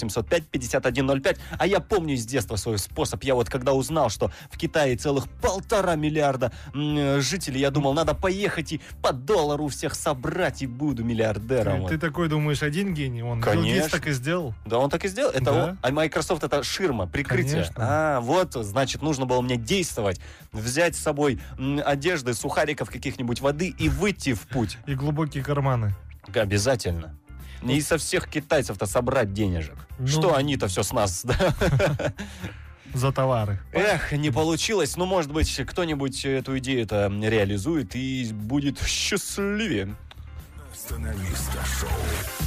S3: 778-705-5105. А я помню с детства свой способ. Я вот когда узнал, что в Китае целых полтора миллиарда м, э, жителей, я думал, надо поехать и по доллару у всех собрать, и буду миллиардером.
S4: Ты, Ну, ты такой думаешь, один гений, он Билл
S3: Конечно.
S4: Гейтс так и сделал.
S3: Да, он так и сделал. Это
S4: Да.
S3: он- а Microsoft это ширма, прикрытие.
S4: Конечно.
S3: А, вот, значит, нужно было мне действовать, взять с собой м, одежды, сухариков каких-нибудь, воды и выйти в путь.
S4: И глубокие карманы.
S3: Обязательно. И со всех китайцев-то собрать денежек.
S5: Ну.
S3: Что они-то все с нас? да?
S4: За товары.
S3: Эх, не получилось. Ну, может быть, кто-нибудь эту идею-то реализует и будет счастливее.
S2: Остановиста.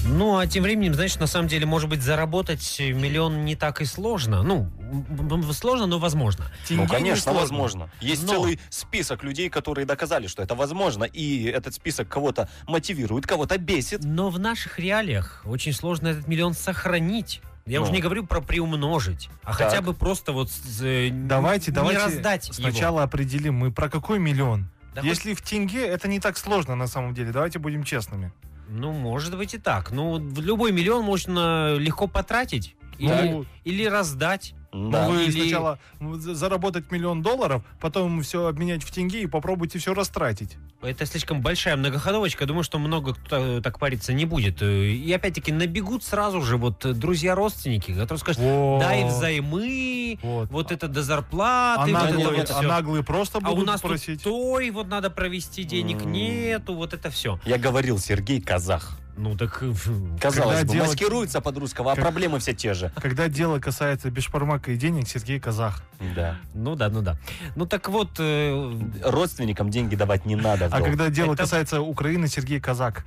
S5: Ну, а тем временем, значит, на самом деле, может быть, заработать миллион не так и сложно. Ну, м- м- сложно, но возможно.
S4: Тенге
S3: ну, конечно,
S4: несложно.
S3: возможно. Есть
S5: Но-
S3: целый список людей, которые доказали, что это возможно. И этот список кого-то мотивирует, кого-то бесит.
S5: Но в наших реалиях очень сложно этот миллион сохранить. Я
S3: Ну.
S5: уже не говорю про приумножить, а хотя бы просто вот с- э,
S4: Давайте,
S5: не
S4: давайте
S5: раздать его.
S4: сначала определим, мы про какой миллион.
S5: Да хоть
S4: Если в тенге, это не так сложно на самом деле. Давайте будем честными.
S5: Ну, может быть и так. Ну, в любой миллион можно легко потратить. Или,
S4: Ну,
S5: или раздать.
S3: Да.
S4: ну, вы
S5: Или-
S4: сначала ну, за- заработать миллион долларов, потом все обменять в тенге и попробуйте все растратить.
S5: Это слишком большая многоходовочка. Думаю, что много кто так париться не будет. Э, И опять-таки набегут сразу же вот э, друзья-родственники, которые скажут,
S4: Вот.
S5: дай взаймы,
S4: Вот.
S5: вот это до
S4: а,
S5: зарплаты, вот это
S4: наглые,
S5: вот
S4: а
S5: всё.
S4: наглые просто
S5: А
S4: будут
S5: у нас тут
S4: просить.
S5: той, вот надо провести денег,
S3: М.
S5: нету, вот это все.
S3: Я говорил, Сергей Казах.
S5: Ну так... э, фу.
S3: Казалось
S4: Когда
S3: бы,
S4: делать-
S3: маскируется под русского, а
S4: Как-
S3: проблемы все те же.
S4: Когда дело касается бешпармака и денег, Сергей Казах.
S3: Да.
S5: Ну да, ну да. Ну так вот, э,
S3: Родственникам деньги давать не надо. в
S4: А
S3: долг.
S4: когда дело
S5: Это-
S4: касается Украины, Сергей Казак.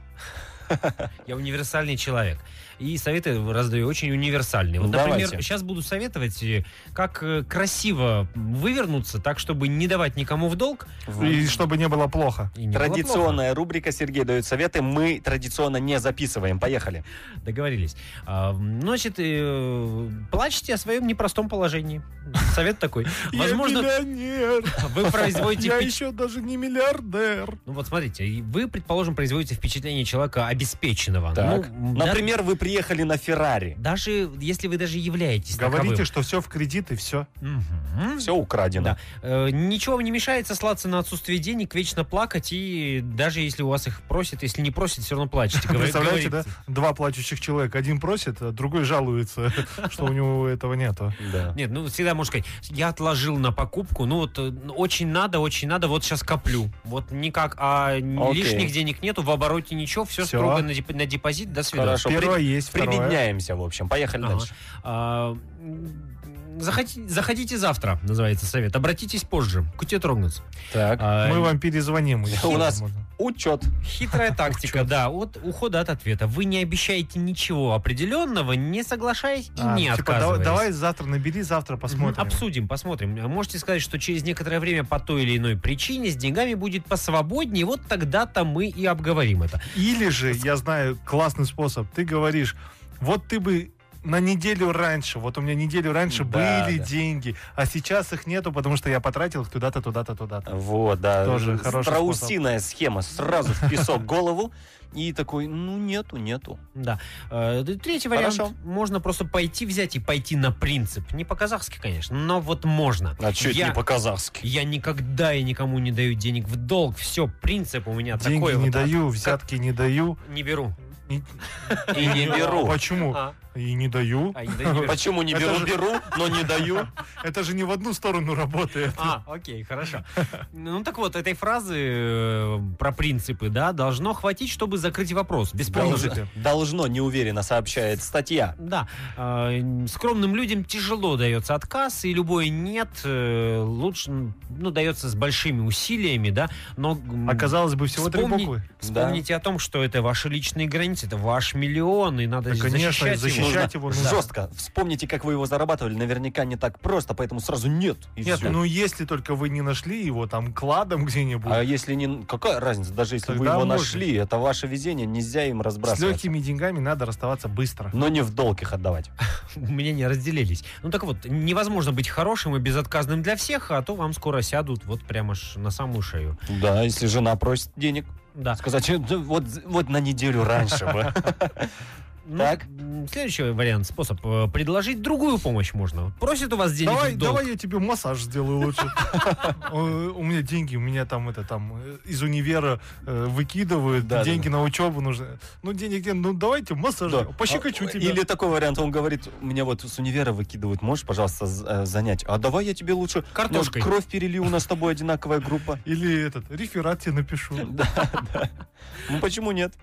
S5: Я универсальный человек. И советы раздаю очень универсальные. Вот,
S3: Ну,
S5: например,
S3: давайте.
S5: сейчас буду советовать, э, как э, красиво вывернуться, так, чтобы не давать никому в долг.
S4: И чтобы не было плохо.
S5: И не было плохо.
S3: Традиционная рубрика «Сергей дает советы». Мы традиционно не записываем. Поехали.
S5: Договорились. А, значит, э, плачьте о своем непростом положении. Совет такой. Возможно,
S4: Я миллионер.
S5: вы производите
S4: Я
S5: впечат-
S4: еще даже не миллиардер.
S5: Ну вот смотрите, и вы, предположим, производите впечатление человека обеспеченного.
S3: Так.
S5: Ну, м, да-
S3: Например, вы приехали на Феррари.
S5: даже если вы даже являетесь
S4: Говорите,
S5: таковым.
S4: что все в кредит и все.
S5: Мгм.
S3: Все украдено.
S5: Да. Э, ничего вам не мешает сослаться на отсутствие денег, вечно плакать, и даже если у вас их просят, если не просят, все равно плачете. Говорит-
S4: Представляете, да?
S5: говорит.
S4: Два плачущих человека. Один просит, а другой жалуется, что у него этого нету.
S3: Да.
S5: Нет, ну всегда можно сказать, я отложил на покупку, ну вот э, очень надо, очень надо, вот сейчас коплю. Вот никак, а
S3: Окей.
S5: лишних денег нету, в обороте ничего, все,
S4: Всё.
S5: строго на, деп- на депозит, до свидания.
S3: Хорошо. при-
S4: Первое есть, второе.
S3: Прибедняемся, в общем. Поехали
S5: Ага.
S3: дальше.
S5: А, м, заходи- заходите завтра, называется совет. Обратитесь позже. Куте трогнуться.
S3: Так.
S5: А,
S4: Мы вам перезвоним. если
S3: У нас-
S4: возможно.
S3: Учет.
S5: Хитрая тактика, да, от ухода от ответа. Вы не обещаете ничего определенного, не соглашаясь и
S4: А,
S5: не
S4: типа, дава-
S5: отказываясь.
S4: Давай завтра набери, завтра посмотрим.
S5: Обсудим, посмотрим. А Можете сказать, что через некоторое время по той или иной причине с деньгами будет посвободнее, вот тогда-то мы и обговорим это.
S4: Или же, я знаю классный способ, ты говоришь, вот ты бы на неделю раньше, вот у меня неделю раньше
S3: Да,
S4: были
S3: да.
S4: деньги, а сейчас их нету, потому что я потратил их туда-то, туда-то, туда-то.
S3: Вот, да. Э,
S4: Тоже хороший
S3: Страусиная схема. Сразу в песок голову. И такой, ну, нету, нету.
S5: Да. Э, да, Третий вариант.
S3: Хорошо.
S5: Можно просто пойти взять и пойти на принцип. Не по-казахски, конечно, но вот можно.
S3: А что это
S5: Я-
S3: не по-казахски?
S5: Я никогда и никому не даю денег в долг. Все, принцип у меня
S4: Деньги
S5: такой.
S4: не
S5: вот, а,
S4: даю, взятки не даю.
S5: Не беру.
S4: И,
S3: И не беру.
S4: Почему?
S5: А,
S4: И не даю.
S5: а, не даю, не беру.
S3: Почему не
S4: Это
S3: беру?
S4: же-
S3: Беру, но не даю.
S4: Это же не в одну сторону работает.
S5: А, окей, хорошо. Ну так вот, этой фразы э, про принципы, да, должно хватить, чтобы закрыть вопрос. Без помощи.
S4: Должно.
S3: Должно, неуверенно сообщает статья.
S5: Да, э, скромным людям тяжело дается отказ, и любое нет э, лучше, ну, дается с большими усилиями, да, но... м,
S4: А казалось бы, всего три
S5: Вспомни-
S4: буквы.
S5: Вспомните о том, что это ваши личные границы, это ваш миллион, и надо
S4: Да, конечно,
S5: защищать, его.
S4: защищать. его нужно.
S3: жестко. Вспомните, как вы его зарабатывали. Наверняка не так просто, поэтому сразу нет. и
S4: Нет,
S3: всё.
S4: ну если только вы не нашли его там кладом где-нибудь.
S3: А если не... Какая разница, даже если вы
S4: Тогда
S3: его
S4: можно.
S3: нашли, это ваше везение, нельзя им
S4: С
S3: разбрасывать.
S4: легкими деньгами надо расставаться быстро.
S3: Но не в долг их отдавать.
S5: У меня не разделились. Ну так вот, невозможно быть хорошим и безотказным для всех, а то вам скоро сядут вот прямо ж на самую шею.
S3: Да, если жена просит денег,
S5: Да.
S3: сказать, «Э, да вот, вот на неделю раньше бы.
S5: Ну,
S3: Так.
S5: м, Следующий вариант, способ. э, Предложить другую помощь можно. Просит у вас денег
S4: Давай,
S5: в долг.
S4: давай я тебе массаж сделаю лучше. Э, У меня деньги, у меня там это там э, из универа э, выкидывают,
S3: Да, да,
S4: деньги
S3: да.
S4: на учебу нужны. Ну денег нет, ну давайте массаж.
S3: Да.
S4: сделаю. Пощекочу
S3: А,
S4: тебя.
S3: Или такой вариант, он говорит, меня вот с универа выкидывают, можешь, пожалуйста, з- э, занять? А давай я тебе лучше... ну,
S5: Картошкой.
S3: кровь перелью, у нас с тобой одинаковая группа.
S4: Или этот, реферат тебе напишу.
S3: Да, да. Ну почему нет?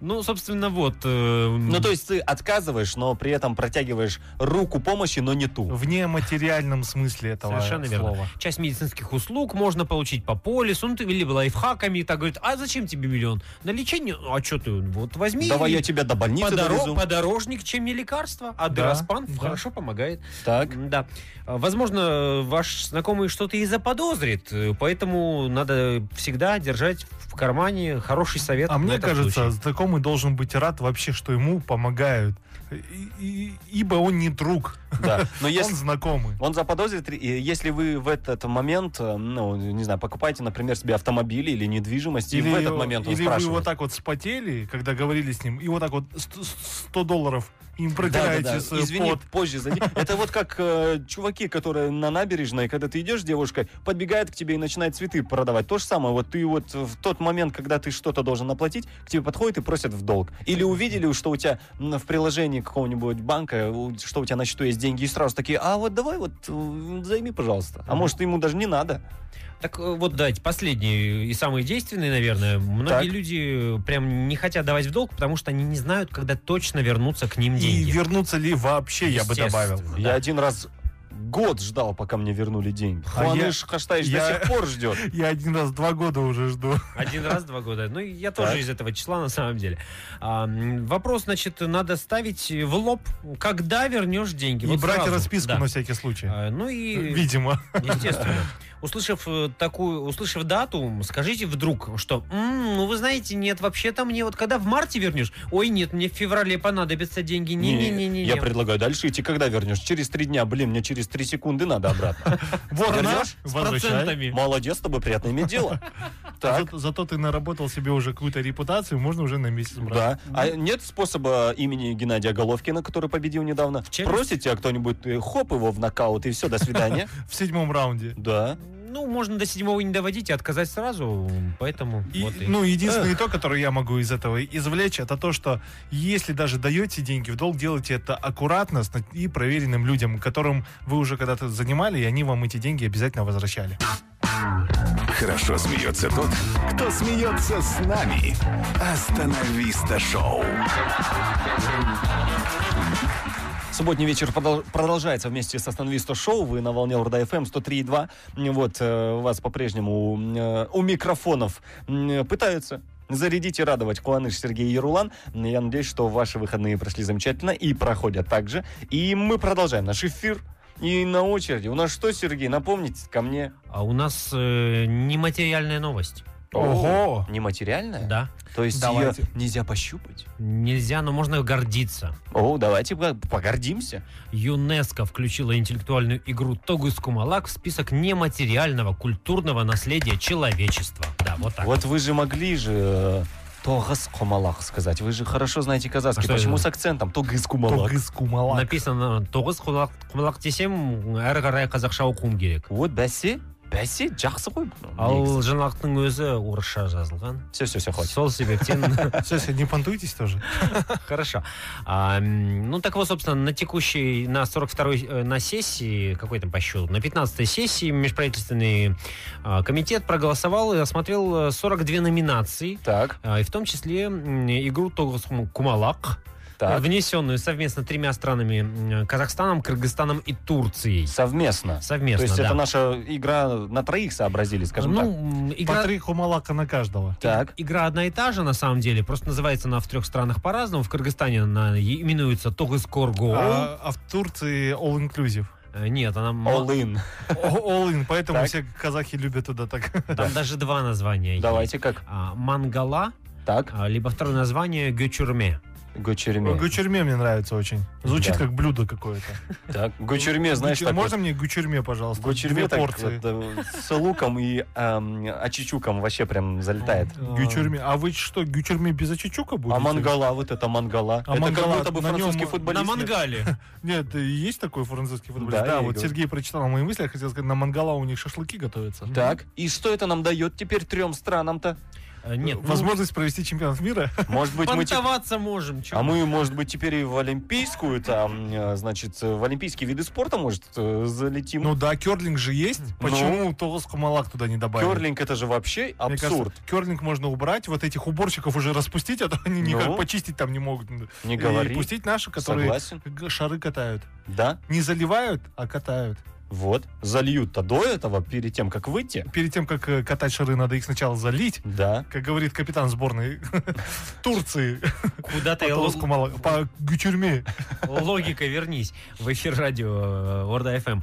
S5: Ну, собственно, вот. э,
S3: Ну то есть ты отказываешь, но при этом протягиваешь руку помощи, но не ту.
S4: В нематериальном смысле этого
S5: Совершенно верно.
S4: слова.
S5: Часть медицинских услуг можно получить по полису, ну, ты либо лайфхаками, и так говорит, а зачем тебе миллион? На лечение? А что ты, вот возьми.
S3: Давай
S5: и
S3: я тебя до больницы
S5: подоро-
S3: довезу.
S5: подорожник, чем не лекарство, а
S4: Да,
S5: дираспан
S4: да.
S5: хорошо помогает.
S3: Так.
S5: Да. А, Возможно, ваш знакомый что-то и заподозрит, э, поэтому надо всегда держать в кармане хороший совет.
S4: А
S5: на
S4: мне
S5: этот
S4: кажется,
S5: случай.
S4: знакомый должен быть рад вообще, что ему помогают. И- и- Ибо он не друг,
S3: Да. Но
S4: он
S3: если
S4: знакомый.
S3: он заподозрит, и если вы в этот момент, э, ну, не знаю, покупаете, например, себе автомобиль или недвижимость, и в этот момент он
S4: или вы
S3: спрашивает.
S4: вот так вот спотели, когда говорили с ним, и вот так вот ст- ст- 100 долларов им протираете
S3: Да-да-да.
S4: с, э,
S3: Извини,
S4: пот.
S3: позже зайди. Это вот как э, чуваки, которые на набережной, когда ты идешь с девушкой, подбегает к тебе и начинает цветы продавать. То же самое, вот ты вот в тот момент, когда ты что-то должен оплатить, к тебе подходят и просят в долг. Или увидели, что у тебя м, в приложении какого-нибудь банка, у- что у тебя на счету есть деньги, и сразу такие, а вот давай вот э, займи, пожалуйста. А
S5: Мгм.
S3: может, ему даже не надо.
S5: Так э, вот дайте последний и самый действенный, наверное. Многие
S3: Так.
S5: люди э, прям не хотят давать в долг, потому что они не знают, когда точно вернутся к ним
S4: И
S5: деньги.
S4: вернутся ли вообще, я бы
S5: Естественно,
S4: добавил.
S5: да.
S3: Я один раз год ждал, пока мне вернули деньги.
S4: А я-
S3: Хуаныш Хаштаевич до
S4: я-
S3: сих пор ждет.
S4: Я один раз два года уже жду.
S5: Один раз, два года. Ну, я тоже
S3: Так.
S5: из этого числа, на самом деле. А, м, вопрос, значит, надо ставить в лоб, когда вернешь деньги.
S4: И
S5: Вот
S4: брать
S5: сразу.
S4: расписку
S5: Да.
S4: на всякий случай. э,
S5: А, Ну и,
S4: Видимо.
S5: естественно, услышав э, такую, услышав дату, скажите вдруг, что, «М, ну, вы знаете, нет, вообще-то мне вот когда в марте вернешь, ой, нет, мне в феврале понадобятся деньги, не-не-не-не.
S3: Я предлагаю дальше идти, когда вернешь. Через три дня, блин, мне через три секунды надо обратно.
S4: Ворона,
S3: Вернешь?
S5: С
S4: возвращай.
S5: процентами.
S3: Молодец, с тобой приятно иметь дело. Так.
S4: Зато, зато ты наработал себе уже какую-то репутацию, можно уже на месяц брать.
S3: Да. А нет способа имени Геннадия Головкина, который победил недавно?
S5: челюсть?
S3: Просит тебя кто-нибудь, э, хоп, его в нокаут, и все, до свидания.
S4: В седьмом раунде.
S3: Да.
S5: Ну, можно до седьмого не доводить и отказать сразу, поэтому
S4: И,
S5: вот и-
S4: ну, единственное итог, который я могу из этого извлечь, это то, что если даже даете деньги в долг, делайте это аккуратно с на- и проверенным людям, которым вы уже когда-то занимали, и они вам эти деньги обязательно возвращали.
S2: Хорошо смеется тот, кто смеется с нами. Остановиста шоу.
S3: Субботний вечер подол- продолжается вместе с Остановисто Шоу. Вы на волне Урда ФМ 103.2. Вот, э, вас по-прежнему э, у микрофонов м, пытаются зарядить и радовать Куаныш Сергей Ярулан. Я надеюсь, что ваши выходные прошли замечательно и проходят также. И мы продолжаем наш эфир. И на очереди. У нас что, Сергей, напомните ко мне?
S5: А у нас э, нематериальная новость.
S4: Ого!
S3: Нематериальная?
S5: Да.
S3: То есть
S4: Давайте.
S3: ее нельзя пощупать?
S5: Нельзя, но можно гордиться.
S3: О, давайте по- погордимся.
S5: ЮНЕСКО включила интеллектуальную игру Тогускумалак в список нематериального культурного наследия человечества. Да, вот так.
S3: Вот вы же э, могли же Тогас Кумалах сказать. Вы же хорошо знаете
S5: А
S3: казахский.
S5: что
S3: Почему
S5: это?
S3: с акцентом? Тогыс Кумалах.
S4: Тогыскумала.
S5: Написано Тогускумалак тесем әрі қарай қазақша оқуым керек.
S3: Вот бәсе, бәсе жақсы ғой.
S5: Ал жаңалықтың өзі орысша жазылған.
S3: Все, все, все, хватит.
S5: Сол себептен
S4: Сейчас, не понтуйтесь тоже.
S5: Хорошо. А, м, ну, так вот, собственно, на текущей, на 42-й, э, на сессии, какой там по счету, на 15-й сессии межправительственный а, комитет проголосовал и осмотрел э, 42 номинации,
S3: Так,
S5: а, и в том числе м, игру Тогус Кумалак, Э,
S3: так.
S5: внесенную совместно тремя странами м, Казахстаном, Кыргызстаном и Турцией.
S3: Совместно. То
S5: Совместно,
S3: есть
S5: да.
S3: это наша игра на троих сообразили, скажем
S5: ну,
S3: так.
S5: м, игра...
S4: По три кумалака на каждого.
S3: Так.
S5: Игра одна и та же, на самом деле, просто называется она в трех странах по-разному. В Кыргызстане она и- именуется Тогыскоргоу.
S4: А, а в Турции all inclusive.
S5: Э, Нет, она ма-
S3: All in.
S4: О- All in, поэтому
S3: Так.
S4: все казахи любят туда так.
S5: там даже два названия есть.
S3: Давайте как.
S5: А, Мангала,
S3: Так,
S5: а, либо второе название Гючурме.
S3: Гучерме.
S4: Гучерме мне нравится очень. Звучит
S3: Да.
S4: как блюдо какое-то.
S3: Так, Гучерме, знаешь,
S4: Гучер-
S3: так
S4: Можно мне гучерме, пожалуйста?
S3: Гучерме
S4: Две
S3: так
S4: порции.
S3: вот, э, с луком и эм, очичуком вообще прям залетает.
S4: Гючерме. А вы что, гючерме без очечука будете?
S3: А мангала, вот это мангала.
S4: А
S3: это
S4: мангала,
S3: как будто бы
S4: на нем
S3: французский
S4: на
S3: футболист.
S5: мангале.
S4: Нет, э, есть такой французский футболист?
S3: Да, я
S4: Да,
S3: и
S4: вот
S3: говорю.
S4: Сергей прочитал мои мысли, я хотел сказать, на мангала у них шашлыки готовятся.
S3: Так, и что это нам дает теперь трем странам-то?
S5: Э, Нет, ну,
S4: Возможность провести чемпионат мира.
S3: Может быть, мы... те-
S5: понтоваться можем. чё.
S3: А мы, может быть, теперь и в олимпийскую, там, э, значит, э, в олимпийские виды спорта, может, э, залетим?
S4: Ну да, керлинг же есть.
S3: Ну.
S4: Почему Толос Кумалак туда не добавили?
S3: Керлинг это же вообще
S4: Мне кажется,
S3: абсурд.
S4: керлинг можно убрать, вот этих уборщиков уже распустить, а то они
S3: Ну.
S4: никак почистить там не могут.
S3: Не
S4: И
S3: говори.
S4: пустить наши, которые
S3: Согласен.
S4: г- шары катают.
S3: Да,
S4: Не заливают, а катают.
S3: вот. Зальют-то до этого, перед тем, как выйти.
S4: Перед тем, как э, катать шары, надо их сначала залить.
S3: Да.
S4: Как говорит капитан сборной Турции,
S5: Куда-то
S4: по
S5: я
S4: Толос Кумалак- по Гючурме.
S5: Логика, вернись в эфир радио э, Орда FM.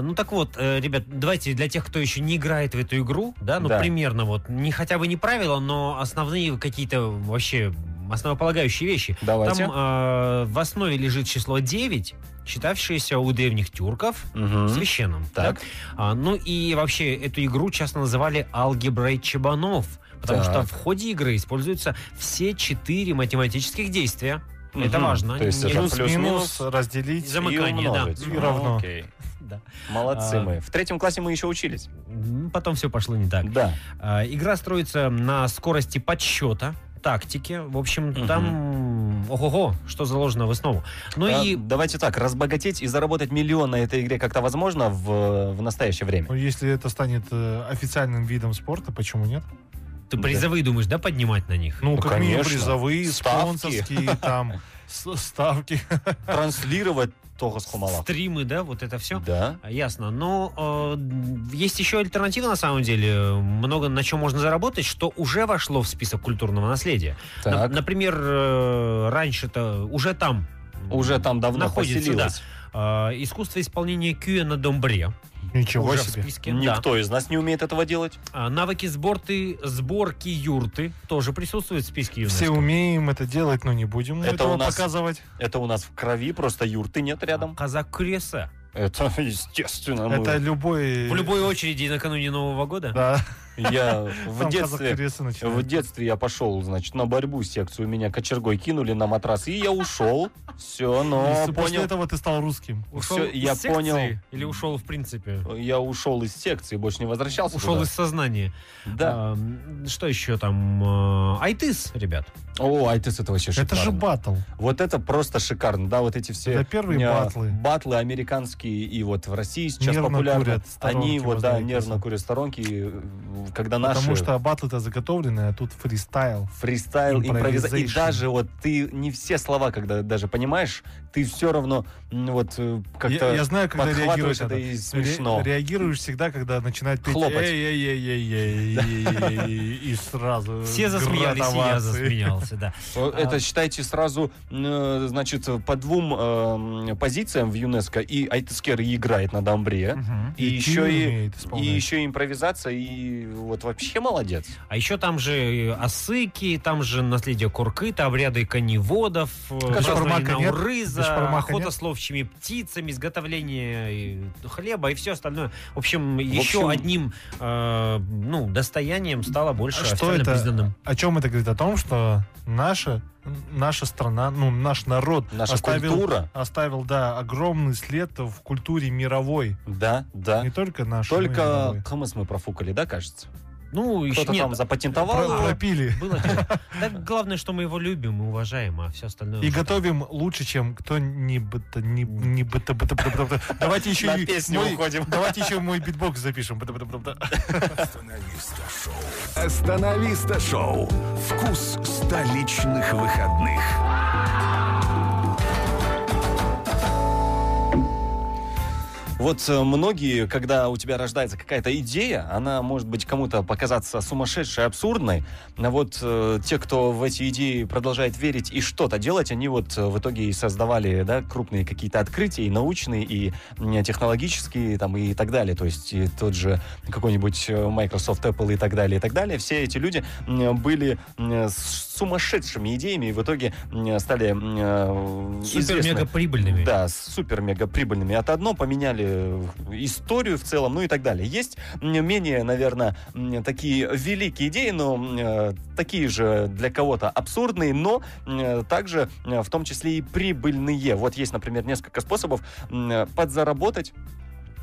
S5: Ну так вот, э, ребят, давайте для тех, кто еще не играет в эту игру, да, ну
S3: Да.
S5: примерно вот, не хотя бы не правила, но основные какие-то вообще основополагающие вещи.
S3: Давайте.
S5: Там э, в основе лежит число 9, считавшееся у древних тюрков
S4: э,
S3: Мгм.
S5: священным.
S3: Так.
S5: да. А, ну и вообще эту игру часто называли алгеброй чебанов, потому
S3: Так.
S5: что в ходе игры используются все четыре математических действия.
S3: Мгм.
S5: Это важно.
S3: То есть
S5: Не-
S3: это
S5: не-
S4: Плюс-минус разделить.
S5: За- замыкание,
S3: и
S5: да.
S3: умножить. А,
S4: И равно.
S3: Окей.
S5: Да.
S3: Молодцы
S5: А.
S3: мы. В третьем классе мы еще учились.
S5: М, Потом все пошло не так.
S3: Да.
S5: А, Игра строится на скорости подсчета, тактике. В общем,
S3: Мгм.
S5: там ого-го, что заложено в основу. Ну
S3: А,
S5: и
S3: Давайте так, разбогатеть и заработать миллион на этой игре как-то возможно в, в настоящее
S4: Ну,
S3: время?
S4: если это станет э, официальным видом спорта, почему нет?
S5: ты призовые думаешь, да, поднимать на них?
S3: Ну,
S4: Ну, как минимум
S3: конечно.
S4: призовые,
S3: Ставки.
S4: спонсорские там с- ставки.
S3: Транслировать тоғыз құмалақ
S5: Стримы, да, вот это все.
S3: да
S5: Ясно. Но э, есть еще альтернатива, на самом деле, много на чем можно заработать, что уже вошло в список культурного наследия. Нап-
S3: так
S5: Например, э, раньше-то уже там м,
S3: уже там давно
S5: находится,
S3: поселилось
S5: э, искусство исполнения кюя на домбре.
S4: Ничего
S5: уже в
S4: себе.
S5: списке. да.
S3: никто из нас не умеет этого делать
S5: А, навыки сборты, сборки юрты тоже присутствуют в списке
S4: Все
S5: ЮНЕСКО.
S4: умеем это делать, но не будем
S3: Это
S4: этого
S3: у нас-
S4: показывать.
S3: это у нас в крови просто юрты нет рядом
S5: А, Казак Креса.
S3: это естественно мы-
S4: Это
S3: Э,
S4: любой...
S5: В любой очереди накануне Нового года.
S4: Да.
S3: я в
S4: Там
S3: детстве
S4: казак-кресы начинает.
S3: В детстве я пошел, значит, на борьбу секцию. Меня кочергой кинули на матрас, и я ушел. Все, но
S4: Если После
S3: ну, понял.
S4: этого ты стал русским.
S5: Ушел
S3: Всё,
S5: из
S3: я
S5: секции
S3: понял.
S5: Или ушел, в принципе?
S3: Я ушел из секции, больше не возвращался.
S5: Ушел
S3: туда.
S5: из сознания.
S3: Да.
S5: А, м, что еще там? Э, Айтыс, ребят.
S3: О, а это это вообще
S4: Это же
S3: шикарно.
S4: батл.
S3: Вот это просто шикарно, да, вот эти все...
S4: Это первые
S3: а,
S4: батлы.
S3: Батлы американские и вот в России сейчас
S4: Нервно
S3: популярны.
S4: курят сторонки
S3: Они вот,
S4: возле
S3: да,
S4: Айтиса.
S3: нервно курят сторонки, и, э, когда наши...
S4: Потому что батлы-то заготовленные, а тут фристайл.
S3: фристайл, импровизация. И
S4: Improvisation.
S3: даже вот ты не все слова, когда даже понимаешь, ты все равно м, вот э, как-то...
S4: я, я знаю, когда
S3: подхватываешь
S4: реагируешь.
S3: это
S4: надо.
S3: и
S4: Ре-
S3: смешно.
S4: реагируешь всегда, когда начинают петь.
S3: Хлопать.
S4: «Эй-эй-эй-эй-эй-эй-эй-эй-эй», И сразу.
S5: Все засмеялись, и я
S4: градовации.
S5: засмеялся, да.
S3: Э,
S4: А.
S3: Это считайте сразу, э, значит, по двум эм, позициям в ЮНЕСКО и Айтескер и играет на домбре.
S4: Мгм.
S3: И,
S4: И
S3: еще
S4: ты
S3: и,
S4: умеет
S3: и
S4: исполнять.
S3: еще и импровизация, и вот вообще молодец.
S5: А еще там же и осыки, там же наследие куркыта, обряды коневодов, э, празднование
S4: шармака нет?
S5: наурыза,
S4: Без шармака
S5: охота
S4: нет?
S5: с ловчими птицами, изготовление э, хлеба и все остальное. В общем,
S3: общем-
S5: еще одним э, ну, достоянием стало больше
S4: Что
S5: официально
S4: это?
S5: признанным.
S4: О чем это говорит? О том, что наша, наша страна, ну, наш народ
S3: Наша
S4: оставил,
S3: культура.
S4: оставил, да, огромный след в культуре мировой.
S3: Да, да.
S4: Не только нашей, но и
S3: Только
S4: мировой.
S3: Камыс мы профукали, да, кажется?
S5: Ну, еще
S3: Кто-то
S5: нет,
S3: там запатентовал
S4: Про-
S3: его.
S4: пропили.
S5: было дело. Так главное, что мы его любим и уважаем, а все остальное...
S4: И
S5: уже там.
S4: готовим лучше, чем кто-нибудь. не- не быта- быта- быта- быта- быта. Давайте еще
S3: На
S4: и
S3: песню
S4: мой-
S3: уходим.
S4: Давайте еще мой битбокс запишем. Быта- быта- быта- быта.
S2: Остановиста шоу. Вкус столичных выходных.
S3: Вот э, многие, когда у тебя рождается какая-то идея, она может быть кому-то показаться сумасшедшей, абсурдной. А вот э, те, кто в эти идеи продолжает верить и что-то делать, они вот э, в итоге и создавали да, крупные какие-то открытия, и научные, и м, технологические, там, и так далее. То есть и тот же какой-нибудь э, Microsoft, Apple и так далее, и так далее. Все эти люди м, были м, с сумасшедшими идеями и в итоге м, стали м, э, известны.
S5: Супер-мега-прибыльными.
S3: Да, супер мега прибыльными. От одно поменяли э, историю в целом, ну и так далее. Есть м, менее, наверное, м, такие великие идеи, но м, э, такие же для кого-то абсурдные, но м, э, также э, в том числе и прибыльные. Вот есть, например, несколько способов м, э, подзаработать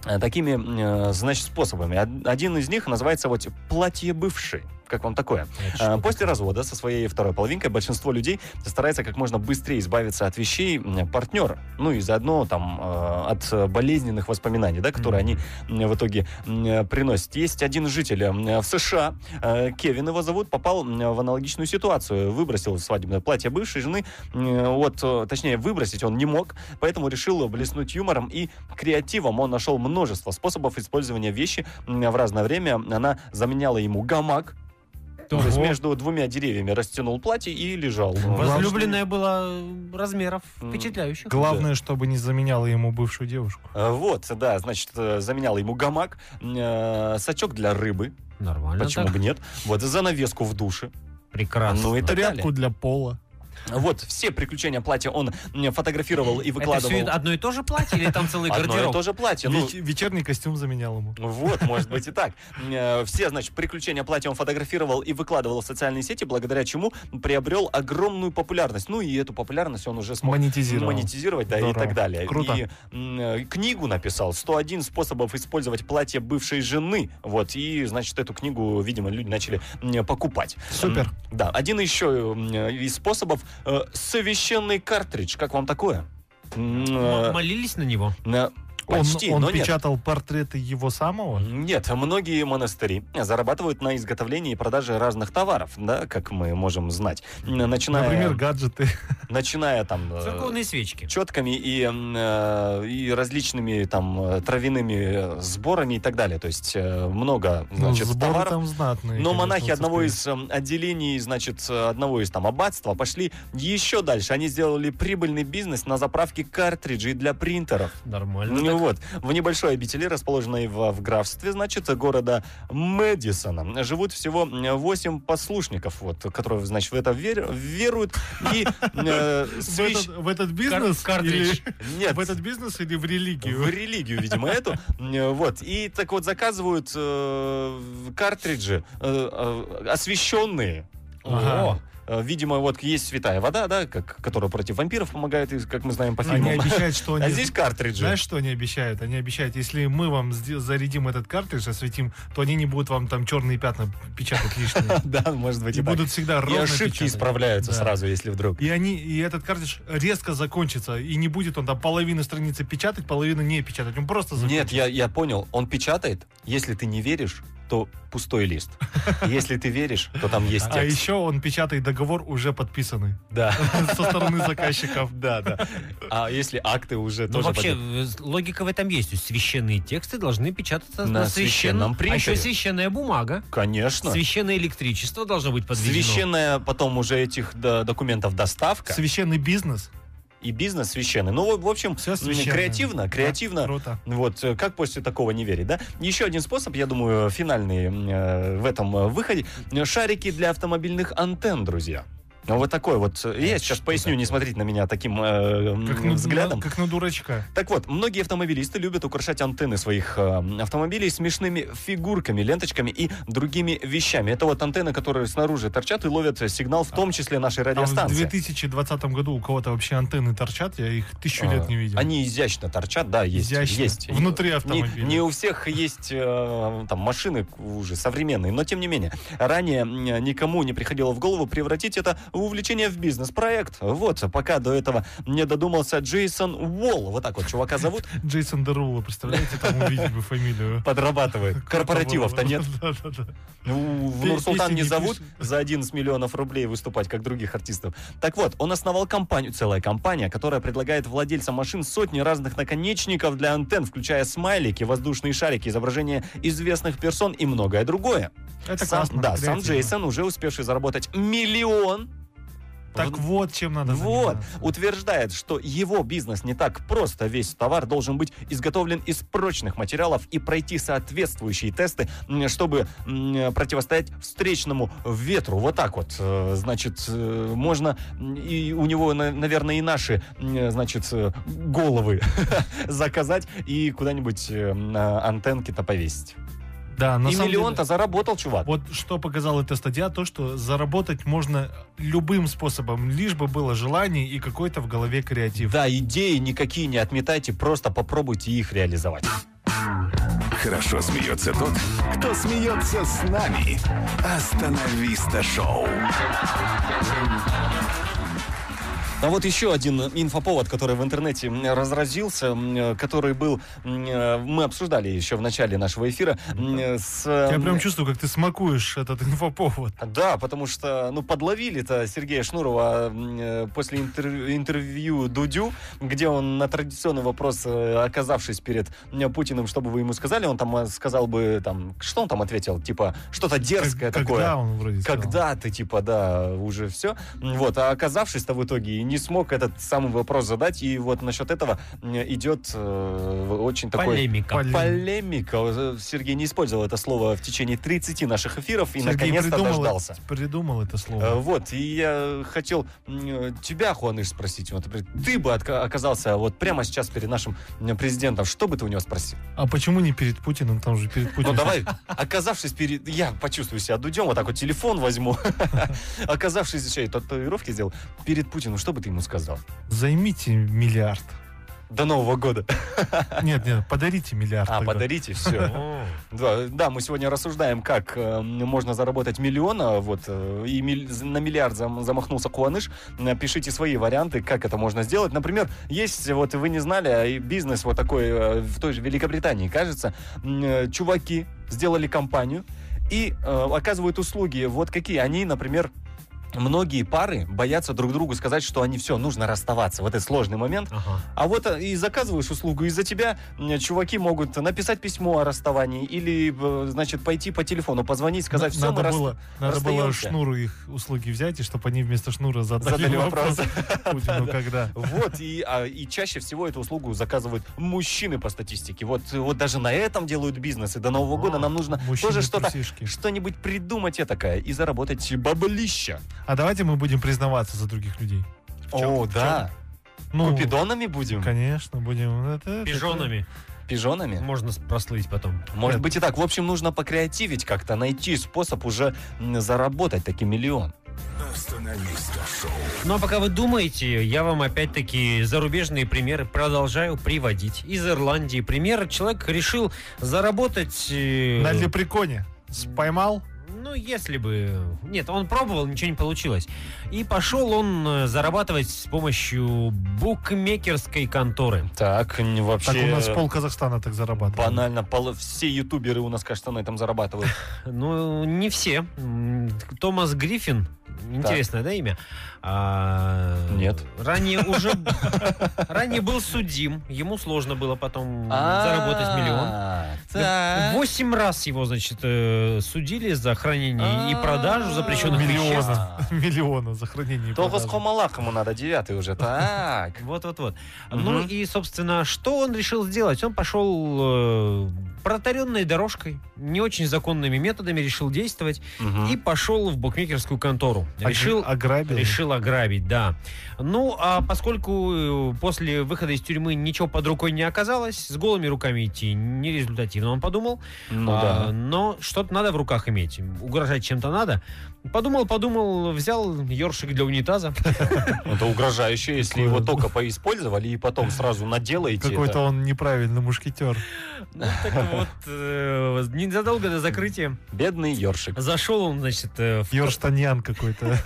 S3: э, такими, э, значит, способами. Од- Один из них называется вот платье бывший. Как вам такое?
S5: Это
S3: А,
S5: что
S3: После развода со своей второй половинкой большинство людей старается как можно быстрее избавиться от вещей м, партнера, ну и заодно там э, от э, болезненных воспоминаний, да, которые они м, в итоге м, э, приносят. Есть один житель э, в США, э, Кевин его зовут, попал м, в аналогичную ситуацию, выбросил свадебное платье бывшей жены, м, вот, э, точнее, выбросить он не мог, поэтому решил блеснуть юмором и креативом. Он нашел множество способов использования вещи м, в разное время. Она заменяла ему гамак, то есть
S4: Ого.
S3: между двумя деревьями растянул платье и лежал.
S5: Возлюбленная была э, размеров
S3: Ну, М.
S5: впечатляющих.
S4: Главное, чтобы не заменяла ему бывшую девушку.
S3: Э, Вот, да, значит, э, заменял ему гамак, э, сачок для рыбы,
S5: Нормально
S3: почему
S5: Ну так. А
S3: бы нет, вот занавеску в душе,
S5: Прекрасно.
S3: ну и так
S4: Тряпку
S3: далее.
S4: для пола.
S3: Вот, все приключения платья он м, фотографировал и
S5: Это
S3: выкладывал.
S5: все одно и то же платье или там целый
S3: Одно и
S5: гардероб?
S3: то же платье. ну,
S4: Веч- Вечерний костюм заменял ему.
S3: Вот, может быть и так. Э, Все, значит, приключения платья он фотографировал и выкладывал в социальные сети, благодаря чему приобрел огромную популярность. Ну и эту популярность он уже смог
S4: Монетизировал.
S3: монетизировать, да, и
S4: Здорово.
S3: так далее.
S4: Круто.
S3: И м, э, книгу написал «101 способов использовать платье бывшей жены». Вот, и, значит, эту книгу, видимо, люди начали м, покупать.
S4: Супер.
S3: М, Да, один еще м, э, из способов э, «Священный картридж». Как вам такое? М, э,
S5: М- Молились на него?
S3: на-
S4: Он,
S3: Почти,
S4: он
S3: но нет.
S4: печатал портреты его самого?
S3: Нет, многие монастыри зарабатывают на изготовлении и продаже разных товаров, да, как мы можем знать. Н- Начиная,
S4: Например, гаджеты.
S3: начиная там... э,
S5: Церковные свечки.
S3: четками и, м, э, и различными там э, травяными э, сборами и так далее. То есть э, много значит,
S4: ну, сборы
S3: товаров.
S4: там знатные.
S3: Но
S4: конечно,
S3: монахи
S4: у
S3: одного
S4: церквей.
S3: из эм, отделений, значит, э, одного из там аббатства пошли еще дальше. Они сделали прибыльный бизнес на заправке картриджей для принтеров.
S4: А,
S3: Ну
S5: Нормально.
S3: вот, в небольшой обители, расположенной в, в графстве, значит, города Мэдисона, живут всего 8 послушников, вот, которые, значит, в это вер- веруют. И э,
S4: В
S3: свящ-
S4: этот, в этот бизнес?
S5: Кар- картридж.
S4: или-
S3: Нет,
S4: В этот бизнес или в
S3: в
S4: религию?
S3: религию, видимо, эту. Э, Вот. И так вот заказывают э, в- картриджи э, э, освещенные.
S4: Ага.
S3: О, э, Видимо, вот есть святая вода, да, как, которая против вампиров помогает, и, как мы знаем по
S4: Они
S3: фильмам.
S4: обещают, что
S3: А
S4: они...
S3: здесь картриджи.
S4: Знаешь, что они обещают? Они обещают, если мы вам сде- зарядим этот картридж, осветим, то они не будут вам там черные пятна печатать лишние.
S3: да, может быть,
S4: И
S3: и так.
S4: будут всегда
S3: И
S4: ровно
S3: ошибки
S4: печатать.
S3: исправляются
S4: Да.
S3: сразу, если вдруг.
S4: И они, и этот картридж резко закончится, и не будет он там половину страницы печатать, половину не печатать. Он просто закончится.
S3: Нет, я, я понял. Он печатает. Если ты не веришь, то пустой лист. Если ты веришь, то там есть
S4: А
S3: текст.
S4: еще он печатает договор уже подписанный
S3: Да,
S4: со стороны заказчиков.
S3: да, да. А если акты уже
S5: Ну,
S3: тоже
S5: вообще,
S3: пойдут?
S5: э, с- логика в этом есть. То есть священные тексты должны печататься
S3: На
S5: на,
S3: священном
S5: священном... А еще
S3: принтере.
S5: священная бумага,
S3: Конечно.
S5: священное электричество должно быть подведено.
S3: Священная потом уже этих да, документов доставка
S4: Священный бизнес.
S3: и бизнес священный. Ну, в- в общем,
S4: Все
S3: м,
S4: священное.
S3: креативно,
S4: Да,
S3: креативно.
S4: Круто.
S3: Вот, э, как после такого не верить, да? Еще один способ, я думаю, финальный м, э, в этом э, выходе. Шарики для автомобильных антенн, друзья. Вот такой вот. э, Я сейчас поясню, не смотрите на меня таким э, м,
S4: Как на,
S3: взглядом.
S4: как на дурачка.
S3: Так вот, многие автомобилисты любят украшать антенны своих э, автомобилей смешными фигурками, ленточками и другими вещами. Это вот антенны, которые снаружи торчат и ловят сигнал, в том числе нашей
S4: А в
S3: радиостанции.
S4: 2020 году у кого-то вообще антенны торчат, я их тысячу
S3: А,
S4: лет не видел.
S3: Они изящно торчат, да, есть.
S4: Изящно.
S3: есть.
S4: Внутри
S3: Не-
S4: автомобиля.
S3: Не, у всех есть э, там машины уже современные, но тем не менее. Ранее м, никому не приходило в голову превратить это в увлечение в бизнес-проект. Вот, пока до этого не додумался Джейсон Уолл. Вот так вот чувака зовут.
S4: Джейсон Дерула, представляете, там увидели бы фамилию.
S3: Подрабатывает. Корпоративов-то нет.
S4: Да-да-да.
S3: Ну, в
S4: Пе-
S3: Нурсултан
S4: песни
S3: не
S4: не
S3: зовут
S4: пишет.
S3: за 11 миллионов рублей выступать, как других артистов. Так вот, он основал компанию, целая компания, которая предлагает владельцам машин сотни разных наконечников для антенн, включая смайлики, воздушные шарики, изображения известных персон и многое другое.
S4: Это
S3: Сам-
S4: классно.
S3: да, сам
S4: креативно.
S3: Джейсон, уже успевший заработать миллион,
S4: Так
S3: в-
S4: вот, чем надо
S3: вот,
S4: заниматься.
S3: утверждает, что его бизнес не так просто. Весь товар должен быть изготовлен из прочных материалов и пройти соответствующие тесты, м, чтобы м, противостоять встречному ветру. Вот так вот. э, Значит, э, можно... м, И у него, на- наверное, и наши, м, значит, э, головы заказать и куда-нибудь э, на антенки-то повесить.
S4: Да, на
S3: и
S4: самом деле-
S3: миллион-то заработал, чувак.
S4: Вот что показала эта статья, то, что заработать можно любым способом, лишь бы было желание и какой-то в голове креатив.
S3: Да, идеи никакие не отметайте, просто попробуйте их реализовать.
S2: Хорошо смеется тот, кто смеется с нами. Остановиста шоу.
S3: А вот еще один инфоповод, который в интернете м, разразился, м, э, который был, м, э, мы обсуждали еще в начале нашего эфира м, э, с... э,
S4: Я прям чувствую, как ты смакуешь этот инфоповод.
S3: да, потому что, ну, подловили-то Сергея Шнурова м, э, после интер- интервью Дудю, где он на традиционный вопрос, э, оказавшись перед э, Путиным, что бы вы ему сказали, он там э, сказал бы, там, что он там ответил, типа, что-то дерзкое
S4: Как- когда
S3: такое.
S4: он вроде сказал?
S3: Когда ты, типа, да, уже все. Вот, а оказавшись-то в итоге и не смог этот самый вопрос задать, и вот насчет этого м, идет э, очень такой...
S5: Полемика.
S4: Поле-
S3: Полемика. Э, Сергей не использовал это слово в течение 30 наших эфиров и
S4: Сергей
S3: наконец-то
S4: придумал-
S3: дождался.
S4: Придумал это
S3: Э,
S4: слово.
S3: Вот, и я хотел м, э, тебя, Хуаныш, спросить. Вот, например, ты бы отка- оказался вот прямо сейчас перед нашим м, президентом, что бы ты у него спросил?
S4: А почему не перед Путиным? Там же перед
S3: Ну
S4: Путиным.
S3: давай, оказавшись перед... Я почувствую себя дудем, вот так вот телефон возьму. Оказавшись, еще и татуировки сделал, перед Путиным, что бы ты ему сказал?
S4: Займите миллиард.
S3: До Нового года.
S4: Нет, нет, подарите миллиард.
S3: А,
S4: тогда.
S3: подарите, все.
S5: О,
S3: Да, да, мы сегодня рассуждаем, как э, можно заработать миллиона, вот, э, и миль- на миллиард зам- замахнулся Куаныш. Э, Пишите свои варианты, как это можно сделать. Например, есть, вот вы не знали, а и бизнес вот такой э, в той же Великобритании, кажется, м, э, чуваки сделали компанию и э, оказывают услуги, вот какие они, например, Многие пары боятся друг другу сказать, что они все, нужно расставаться. Вот этот сложный момент.
S5: ага.
S3: А вот э, и заказываешь услугу, и за тебя м, чуваки могут написать письмо о расставании или, э, значит, пойти по телефону, позвонить, сказать,
S4: На-
S3: все, мы
S4: надо
S3: рас-
S4: было, надо было
S3: расстаемся.
S4: шнуру их услуги взять, и чтобы они вместо шнура задали,
S3: задали вопрос.
S4: Путину, когда.
S3: Вот, и, а, и чаще всего эту услугу заказывают мужчины по статистике. Вот, э, вот даже на этом делают бизнес, и до Нового года нам нужно
S4: А, Мужчины
S3: тоже что-то,
S4: трусишки.
S3: что-нибудь придумать этакое и заработать баблища.
S4: А давайте мы будем признаваться за других людей.
S3: О, да.
S4: Ну,
S3: Купидонами будем?
S4: Конечно, будем. ну, Это- это-
S5: Пижонами
S3: Пижонами?
S5: можно прослыть потом.
S3: Может быть и так. В общем, нужно покреативить как-то, найти способ уже м, заработать таки миллион.
S2: Остановиста шоу.
S5: Ну а пока вы думаете, я вам опять-таки зарубежные примеры продолжаю приводить. Из Ирландии пример. Человек решил заработать... э,
S4: На лепреконе. С- Поймал?
S5: Ну, если бы... Нет, он пробовал, ничего не получилось. И пошел он э, зарабатывать с помощью букмекерской конторы.
S3: Так, н- вообще...
S4: Так у нас пол Казахстана так зарабатывает.
S3: Банально, пол- все ютуберы у нас, кажется, на этом зарабатывают.
S5: Ну, не все. М, Томас Гриффин, интересное, да, имя? А,
S3: Нет.
S5: Ранее уже... Ранее был судим. Ему сложно было потом
S3: А,
S5: заработать миллион.
S3: так.
S5: Восемь раз его, значит, э, судили за
S3: А.
S5: хранение и продажу запрещенных веществ.
S4: Миллиона. Миллиона за хранение и
S3: Только с
S4: продажу.
S3: Хомалакому надо девятый уже. Так.
S5: Вот-вот-вот.
S3: Мгм.
S5: Ну и, собственно, что он решил сделать? Он пошел э, протаренной дорожкой, не очень законными методами решил действовать и пошел в букмекерскую контору.
S4: Ог-
S5: Решил,
S4: Ограбил.
S5: решил ограбить, да. Ну, а поскольку э, после выхода из тюрьмы ничего под рукой не оказалось, с голыми руками идти нерезультативно, он подумал,
S3: Ну
S5: а,
S3: да.
S5: Но что-то надо в руках иметь. Угрожать чем-то надо. Подумал, подумал, взял ершик для унитаза.
S3: Это угрожающе, если его только поиспользовали и потом сразу наделаете.
S4: Какой-то он неправильный мушкетер.
S5: Ну, так вот, э, незадолго до закрытия
S3: это. Бедный ёршик.
S5: зашел он, значит, э, в-
S4: Йорштаньян какой-то.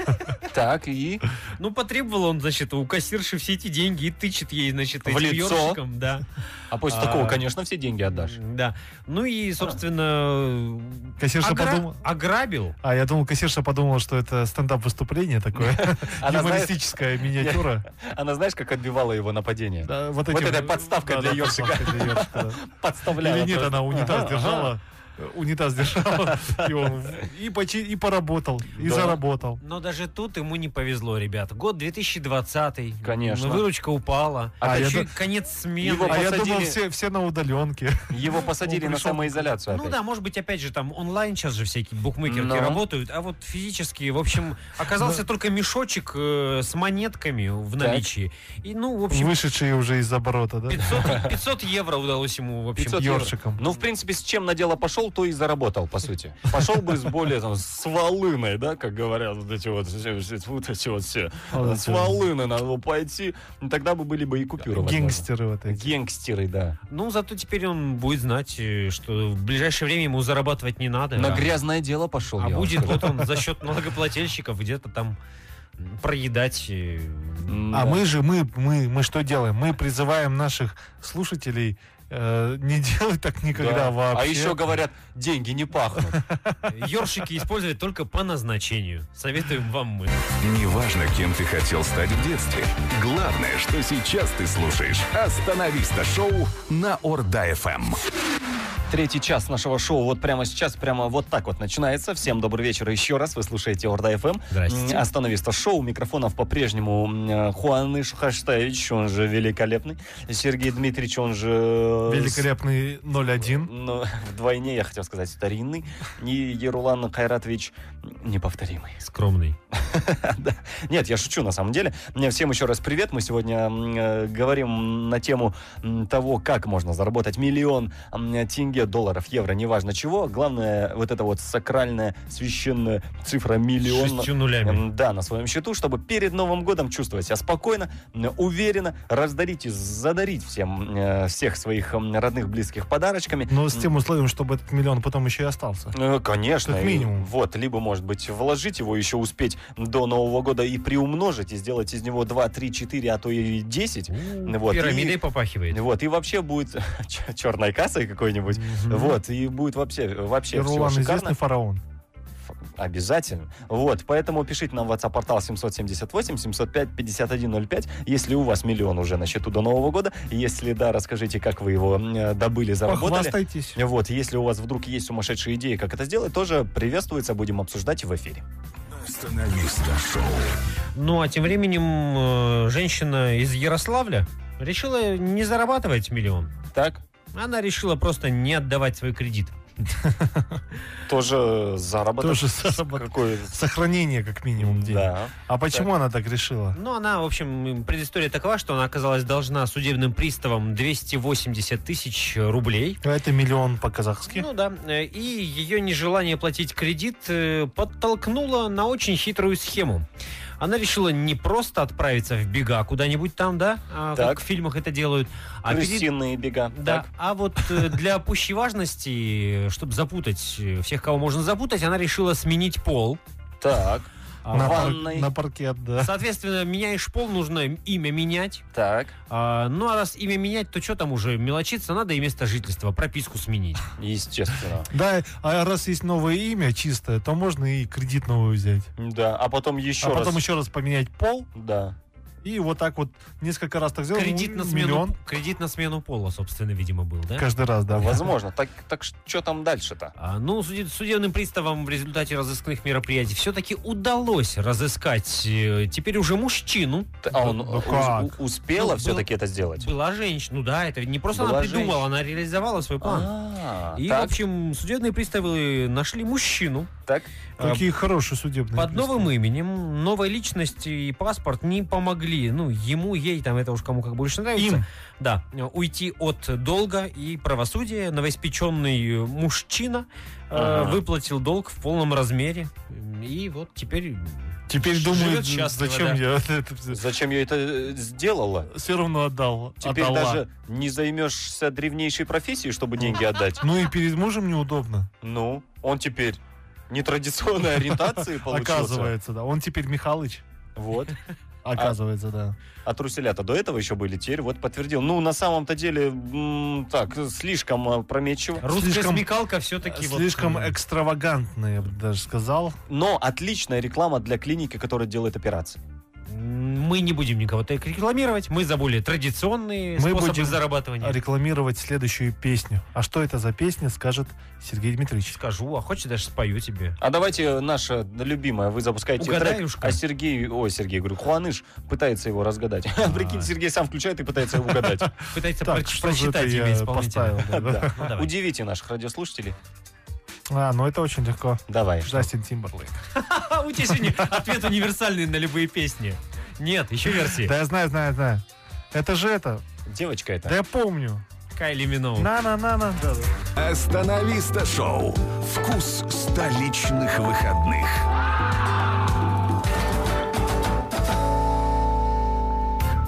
S3: Так, и...
S5: ну, потребовал он, значит, у кассирши все эти деньги и тычет ей, значит,
S3: В
S5: этим
S3: лицо?
S5: ёршиком, да.
S3: А после
S5: А.
S3: такого, конечно, все деньги отдашь.
S5: Да. Ну и, собственно,
S4: Кассирша
S5: огра-
S4: подумала-
S5: ограбил.
S4: А, я думал, кассирша подумала, что это стендап-выступление такое.
S3: Она знает-
S4: Юмористическая миниатюра.
S3: Она знаешь, как отбивала его нападение?
S4: Да, Вот
S3: Вот
S4: этим- э,
S3: эта подставка
S4: Да,
S3: для
S4: да,
S3: ёршика.
S4: подставка для ёршика, да.
S3: Подставляла.
S4: Или нет,
S3: просто.
S4: она унитаз
S3: Ага, ага.
S4: держала. э, Унитаз держала, и он в- и, почи- и поработал, и
S3: Да.
S4: заработал.
S5: Но даже тут ему не повезло, ребята. Год 2020.
S3: Конечно.
S5: Выручка упала.
S4: А,
S5: А,
S4: я ду-
S5: еще и конец смены.
S3: Его
S4: А
S3: Ну,
S4: я
S3: посадили-
S4: думал, все, все на удаленке.
S3: Его посадили
S4: Он
S3: на
S4: пришел-
S3: самоизоляцию
S5: Ну
S3: опять.
S5: да, может быть, опять же, там онлайн сейчас же всякие букмекерки
S3: Но.
S5: работают, а вот физически, в общем,
S3: Ну.
S5: оказался только мешочек э, с монетками в наличии. И, ну, в общем,
S4: Вышедшие уже из оборота, да?
S5: 500, 500 евро удалось ему, в общем.
S3: 500 евро.
S4: Ёршиком.
S3: Ну, в принципе, с чем на дело пошел, то и заработал, по сути. Пошел бы с более, там, с волыной, да, как говорят вот эти вот, все, все, вот эти вот все.
S4: Вот
S3: С
S4: это.
S3: волыной надо было пойти, тогда бы были бы и купюры. возможно.
S4: Гангстеры вот эти.
S3: Генгстеры, да.
S5: Ну, зато теперь он будет знать, э, что в ближайшее время ему зарабатывать не надо.
S3: На
S5: Да.
S3: грязное дело пошел.
S5: А
S3: я вам
S5: будет
S3: скажу.
S5: вот он за счет налогоплательщиков где-то там м, проедать. э,
S3: М,
S4: А
S3: да.
S4: мы же, мы, мы, мы что делаем? Мы призываем наших слушателей э, не делать так никогда
S3: Да.
S4: вообще.
S3: А еще говорят, деньги не пахнут.
S5: Ёршики использовать только по назначению. Советуем вам мы.
S2: Неважно, кем ты хотел стать в детстве. Главное, что сейчас ты слушаешь «Остановиста» шоу на Эм. Орда-ФМ.
S3: Третий час нашего шоу вот прямо сейчас, прямо вот так вот начинается. Всем добрый вечер еще раз. Вы слушаете Орда ФМ.
S5: Здрасте.
S3: М, Остановиста шоу. У Микрофонов по-прежнему м, Хуаныш Хаштевич, он же великолепный. Сергей Дмитриевич, он же... э,
S4: Великолепный 0-1.
S3: Ну, вдвойне, я хотел сказать, старинный. И Ерулан Кайратович неповторимый.
S5: Скромный.
S3: Да. Нет, я шучу на самом деле. Мне Всем еще раз привет. Мы сегодня м, э, говорим на тему м, того, как можно заработать миллион м, тенге рублей, долларов, евро, неважно чего. Главное, вот эта вот сакральная, священная цифра миллион.
S5: Шестью нулями.
S3: Эм, Да, на своем счету, чтобы перед Новым годом чувствовать себя спокойно, м, уверенно, раздарить и задарить всем э, всех своих м, родных, близких подарочками.
S4: Но Ну, с тем условием, чтобы этот миллион потом еще и остался.
S3: Э, Конечно.
S4: Как
S3: и
S4: минимум.
S3: Вот, либо, может быть, вложить его, еще успеть до Нового года и приумножить, и сделать из него 2, 3, 4, а то и 10. Вот,
S5: Пирамидой
S3: и- Ну,
S5: попахивает.
S3: Вот, и вообще будет чер- черной кассой какой-нибудь.
S4: Мгм.
S3: Вот, и будет вообще, вообще всего
S4: Ерулан
S3: шикарно.
S4: известный фараон.
S3: Ф- Обязательно. Вот, поэтому пишите нам в WhatsApp-портал 778-705-5105, если у вас миллион уже на счету до Нового года. Если да, расскажите, как вы его э, добыли, заработали.
S4: Похвастайтесь.
S3: Вот, если у вас вдруг есть сумасшедшие идеи, как это сделать, тоже приветствуется, будем обсуждать в эфире.
S2: Остановиста шоу.
S5: Ну, а тем временем э, женщина из Ярославля решила не зарабатывать миллион.
S3: Так?
S5: Она решила просто не отдавать свой кредит.
S3: Тоже заработок.
S4: Тоже заработок.
S3: Какой...
S4: Сохранение, как минимум, денег.
S3: Да.
S4: А почему она так решила?
S5: Ну, она, в общем, предыстория такова, что она оказалась должна судебным приставам 280 тысяч рублей.
S4: Это миллион по-казахски.
S5: Ну да, э, и ее нежелание платить кредит э, подтолкнуло на очень хитрую схему. Она решила не просто отправиться в бега куда-нибудь там, да, а,
S3: Так.
S5: как в фильмах это делают, а перед-
S3: Крысиные бега.
S5: Да,
S3: Так.
S5: а вот э, для пущей важности, чтобы запутать э, всех, кого можно запутать, она решила сменить пол.
S3: Так.
S5: А,
S4: на,
S5: ва-
S4: пар-
S3: ванной.
S4: на паркет, да.
S5: Соответственно, меняешь пол, нужно имя менять.
S3: Так.
S5: А, ну, а раз имя менять, то что там уже мелочиться? Надо и место жительства, прописку сменить.
S3: Естественно.
S4: Да, а раз есть новое имя чистое, то можно и кредит новый взять.
S3: Да. А потом еще
S4: а
S3: раз.
S4: потом еще раз поменять пол
S3: Да.
S4: и вот так вот несколько раз так сделать.
S5: Кредит на, смену,
S4: миллион.
S5: кредит на смену пола, собственно, видимо, был, да?
S4: Каждый раз, да.
S3: Возможно. Так, так что там дальше-то?
S5: А, Ну, суде- судебным приставам в результате разыскных мероприятий все-таки удалось разыскать э, теперь уже мужчину.
S3: Т- А он
S4: Ну
S3: у-
S4: как?
S3: у- успела
S5: Ну,
S3: все-таки это сделать?
S5: Была женщина. Ну да, это не просто
S3: Была
S5: она придумала,
S3: женщина.
S5: она реализовала свой план.
S3: А,
S5: И, в
S3: так,
S5: общем, судебные приставы нашли мужчину
S3: так.
S5: а,
S4: Какие хорошие судебные.
S5: под
S4: приставы.
S5: новым именем. Новая личность и паспорт не помогли. Ну, ему, ей, там, это уж кому как больше нравится.
S4: Им.
S5: Да, э, уйти от долга и правосудия. Новоиспеченный э, мужчина э,
S3: Ага.
S5: выплатил долг в полном размере. И вот теперь...
S4: Теперь
S5: Живет
S4: думаю,
S5: счастливо,
S4: зачем
S5: да.
S4: я это все-
S3: Зачем я это э, сделала?
S4: все равно отдал.
S3: Теперь
S4: отдала.
S3: даже не займешься древнейшей профессией, чтобы деньги отдать.
S4: Ну и перед мужем неудобно,
S3: Ну, он теперь нетрадиционной ориентации получился.
S4: оказывается, да. Он теперь Михалыч,
S3: Вот.
S4: оказывается, да.
S3: А труселя-то до этого еще были, теперь вот подтвердил. Ну, на самом-то деле, м, так, слишком а, прометчиво.
S5: Русская
S4: Слишком-
S5: смекалка все-таки...
S4: Слишком экстравагантный, я бы даже сказал.
S3: Но отличная реклама для клиники, которая делает операции.
S5: Мы не будем никого так рекламировать. Мы за более традиционные
S4: Мы
S5: способы
S4: будем
S5: зарабатывания.
S4: Рекламировать следующую песню. А что это за песня, скажет Сергей Дмитриевич.
S5: Скажу, а хочешь, даже спою тебе.
S3: А давайте наша любимая, вы запускаете трек,
S5: Угадаюшка.
S3: а Сергей, ой, Сергей, говорю, Хуаныш пытается его разгадать.
S5: А.
S3: Прикинь, Сергей сам включает и пытается его угадать.
S5: Пытается
S4: Так,
S5: проч-
S4: что же это
S5: прочитать
S4: я
S5: имя исполнителя.
S4: поставил, да.
S5: Ну, давай.
S3: Удивите наших радиослушателей.
S4: А, ну это очень легко.
S3: Давай.
S4: Джастин Тимберлейк.
S5: А, У тебя сегодня ответ универсальный на любые песни. Нет, еще версии.
S4: Да я знаю, знаю, знаю. Это же это.
S3: Девочка
S4: Да
S3: это.
S4: я помню.
S5: Кайли Миноуг.
S4: На-на-на-на. Да, да.
S2: Остановиста шоу. Вкус столичных выходных.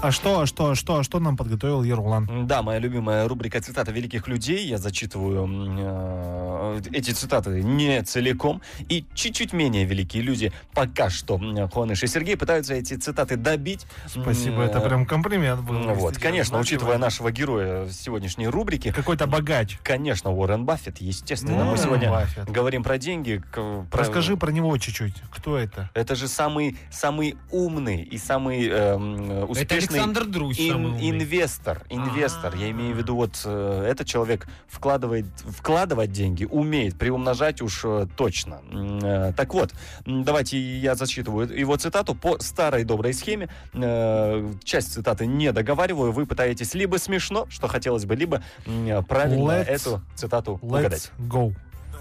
S4: А что, а что, а что, а что нам подготовил Ерулан?
S3: Да, моя любимая рубрика «Цитата великих людей». Я зачитываю м, э, эти цитаты не целиком. И чуть-чуть менее великие люди пока что, м, Хуаныш и Сергей, пытаются эти цитаты добить.
S4: Спасибо,
S3: М,
S4: это
S3: э,
S4: прям комплимент был.
S3: Ну Вот,
S4: Если
S3: конечно,
S4: честно.
S3: учитывая нашего героя сегодняшней рубрики,
S4: Какой-то богач.
S3: конечно, Уоррен Баффет, естественно. Мы
S4: Уоррен
S3: сегодня
S4: Баффет.
S3: говорим про деньги. к- про-
S4: Расскажи про него чуть-чуть. Кто это?
S3: Это же самый, самый умный и самый эм,
S5: Это
S3: успешный
S5: Александр Друзь
S3: ин-
S5: самый умный.
S3: инвестор. Инвестор. Я имею в виду, вот э, этот человек вкладывает, вкладывать деньги умеет, приумножать уж э, точно. М, э, так вот, м, давайте я зачитываю его цитату по старой доброй схеме. Э, часть цитаты не договариваю. Вы пытаетесь либо смешно, что хотелось бы, либо м, э, правильно
S4: Let's-
S3: эту цитату угадать.
S4: Let's go.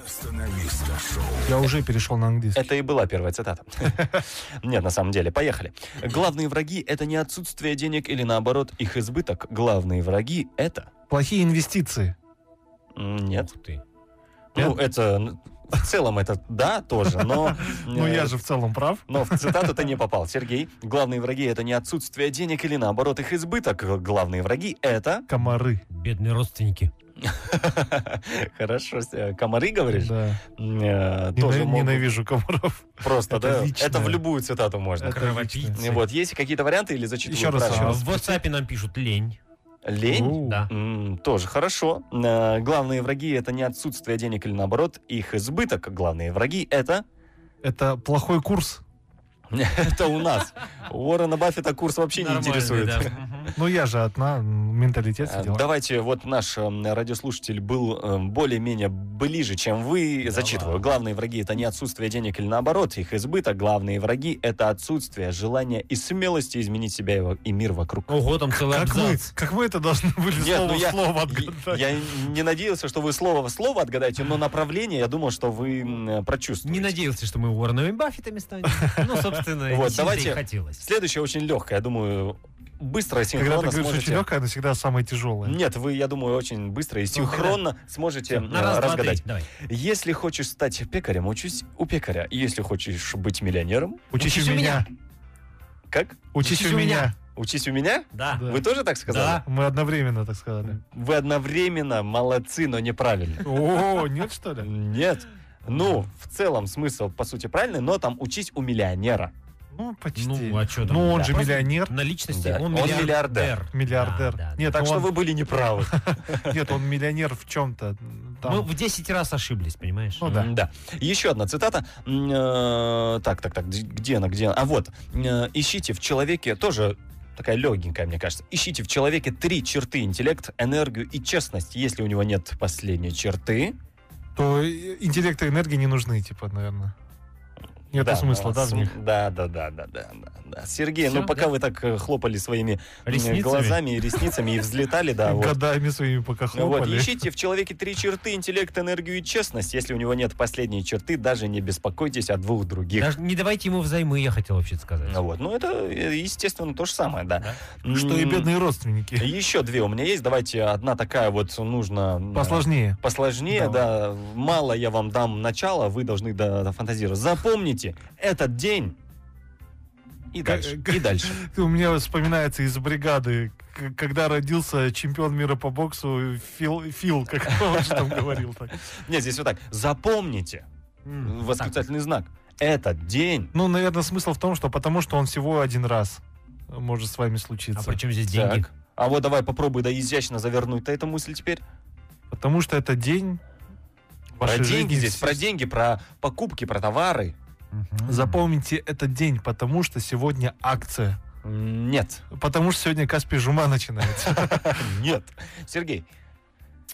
S2: Остановиста шоу.
S4: Я уже перешел на английский.
S3: Это и была первая цитата. Нет, на самом деле, поехали. Главные враги — это не отсутствие Э. денег или, наоборот, их избыток. Главные враги — это...
S4: Плохие инвестиции.
S3: М, Нет.
S5: Ух ты.
S3: Ну, это н- в целом это да, тоже, но...
S4: Ну,
S3: э,
S4: я же в целом прав.
S3: Но в цитату ты не попал, Сергей. Главные враги — это не отсутствие денег или, наоборот, их избыток. Главные враги — это...
S4: Комары.
S5: Бедные родственники.
S3: Хорошо, э, комары, говоришь?
S4: Да.
S3: Э, Тоже
S4: Нена-
S3: могут
S4: Ненавижу комаров.
S3: Просто,
S4: Это
S3: да?
S4: личное.
S3: Это в любую цитату можно.
S4: Это
S5: Кровопийцы. А,
S3: И Вот, есть какие-то варианты или зачитываю?
S4: Еще раз,
S3: правильно?
S4: еще раз.
S5: В WhatsApp нам пишут лень.
S3: Лень?
S4: У.
S5: Да.
S3: М, Тоже хорошо. Э, Главные враги — это не отсутствие денег или, наоборот, их избыток. Главные враги — это...
S4: Это плохой курс.
S3: Это у нас. У Уоррена Баффета курс вообще не
S5: Нормальный,
S3: интересует.
S5: да. Мгм.
S4: Ну, я же одна, м, менталитет
S3: Э,
S4: все дела.
S3: Давайте, вот наш эм, радиослушатель был эм, более-менее ближе, чем вы.
S5: Да
S3: Зачитываю.
S5: ладно.
S3: Главные враги — это не отсутствие денег или наоборот, их избыток. Главные враги — это отсутствие желания и смелости изменить себя и во- и мир вокруг.
S5: Ого, там целый
S4: Как мы,
S5: абзац.
S4: как мы это должны были
S3: Нет,
S4: слово
S3: ну
S4: в
S3: я-
S4: слово
S3: И
S4: отгадать?
S3: Я не надеялся, что вы слово в слово отгадаете, но направление, я думал, что вы м, э, прочувствуете.
S5: Не надеялся, что мы Уорреновыми Баффетами станем. Ну, собственно,
S3: Вот,
S5: чисто и
S3: давайте.
S5: хотелось.
S3: Следующее очень легкое, я думаю, быстро,
S4: Когда ты
S3: синхронно
S4: говоришь очень
S3: сможете...
S4: легкое, оно всегда самое тяжелое.
S3: Нет, вы, я думаю, очень быстро
S4: Ну,
S3: и
S5: тогда-
S3: синхронно сможете
S5: На
S3: э,
S5: раз, два, три.
S3: разгадать.
S5: Давай.
S3: Если хочешь стать пекарем, учись у пекаря. Если хочешь быть миллионером,
S4: Учись у меня.
S3: как?
S4: Учись у меня.
S3: Учись у меня?
S5: Да.
S4: Да.
S3: Вы тоже так сказали?
S4: Мы одновременно так сказали.
S3: Вы одновременно молодцы, но неправильно.
S4: О, нет, что ли?
S3: Нет. Ну, в целом смысл, по сути, правильный, но там учись у миллионера.
S4: Ну, почти.
S5: Ну, а чё там?
S4: Ну, он
S5: Да.
S4: же
S5: Просто
S4: миллионер,
S5: На личности
S3: Да.
S5: он
S3: Он
S5: миллиардер.
S3: миллиардер.
S4: миллиардер.
S5: Да, да,
S4: Нет,
S3: Так
S4: ну
S3: что
S4: он,
S3: вы были неправы.
S4: нет, он миллионер в чем-то.
S5: да. Мы в 10 раз ошиблись, понимаешь?
S4: Ну, да.
S3: Да. Еще одна цитата. М, э, Так, так, так, д- где она, где она? А вот, э, ищите в человеке, тоже такая легенькая, мне кажется. Ищите в человеке три черты. Интеллект, энергию и честность. Если у него нет последней черты...
S4: То э, интеллект и энергия не нужны, типа, наверное. Нет смысла, да, в
S3: см-
S4: них?
S3: Да, да, да, да, да, да, да. Сергей,
S5: Всё,
S3: ну пока
S5: да?
S3: вы так э, хлопали своими э,
S5: Ресницами?
S3: глазами и ресницами и взлетали, да, вот.
S4: Годами своими пока
S3: Ну Вот,
S4: хлопали.
S3: ищите в человеке три черты, интеллект, энергию и честность. Если у него нет последней черты, даже не беспокойтесь о двух других.
S5: Даже не давайте ему взаймы, я хотел вообще сказать. А
S3: Ну Вот. Ну, это, э, естественно, то же самое, да. М,
S4: Что и бедные родственники.
S3: Еще две у меня есть. Давайте одна такая вот нужно... э,
S4: Посложнее.
S3: Посложнее, да. Мало я вам дам начало, вы должны до, до фантазировать. Запомните этот день и дальше.
S4: как-
S3: И дальше.
S4: У меня вспоминается из бригады, к- когда родился чемпион мира по боксу Фил, Фил как он же там говорил. так.
S3: Нет, здесь вот так. Запомните.
S4: М.
S3: Восклицательный знак. Этот день.
S4: Ну, наверное, смысл в том, что потому что он всего один раз может с вами
S5: А
S4: случиться.
S5: при чем здесь деньги?
S3: Так. А вот давай попробуй да изящно завернуть-то эту мысль теперь.
S4: Потому что это день вашей
S3: про деньги
S4: жизни.
S3: здесь, про деньги, про покупки, про товары.
S5: Мгм.
S4: Запомните этот день, потому что сегодня акция.
S3: М, Нет.
S4: Потому что сегодня Каспий Жума начинается.
S3: Нет. Сергей.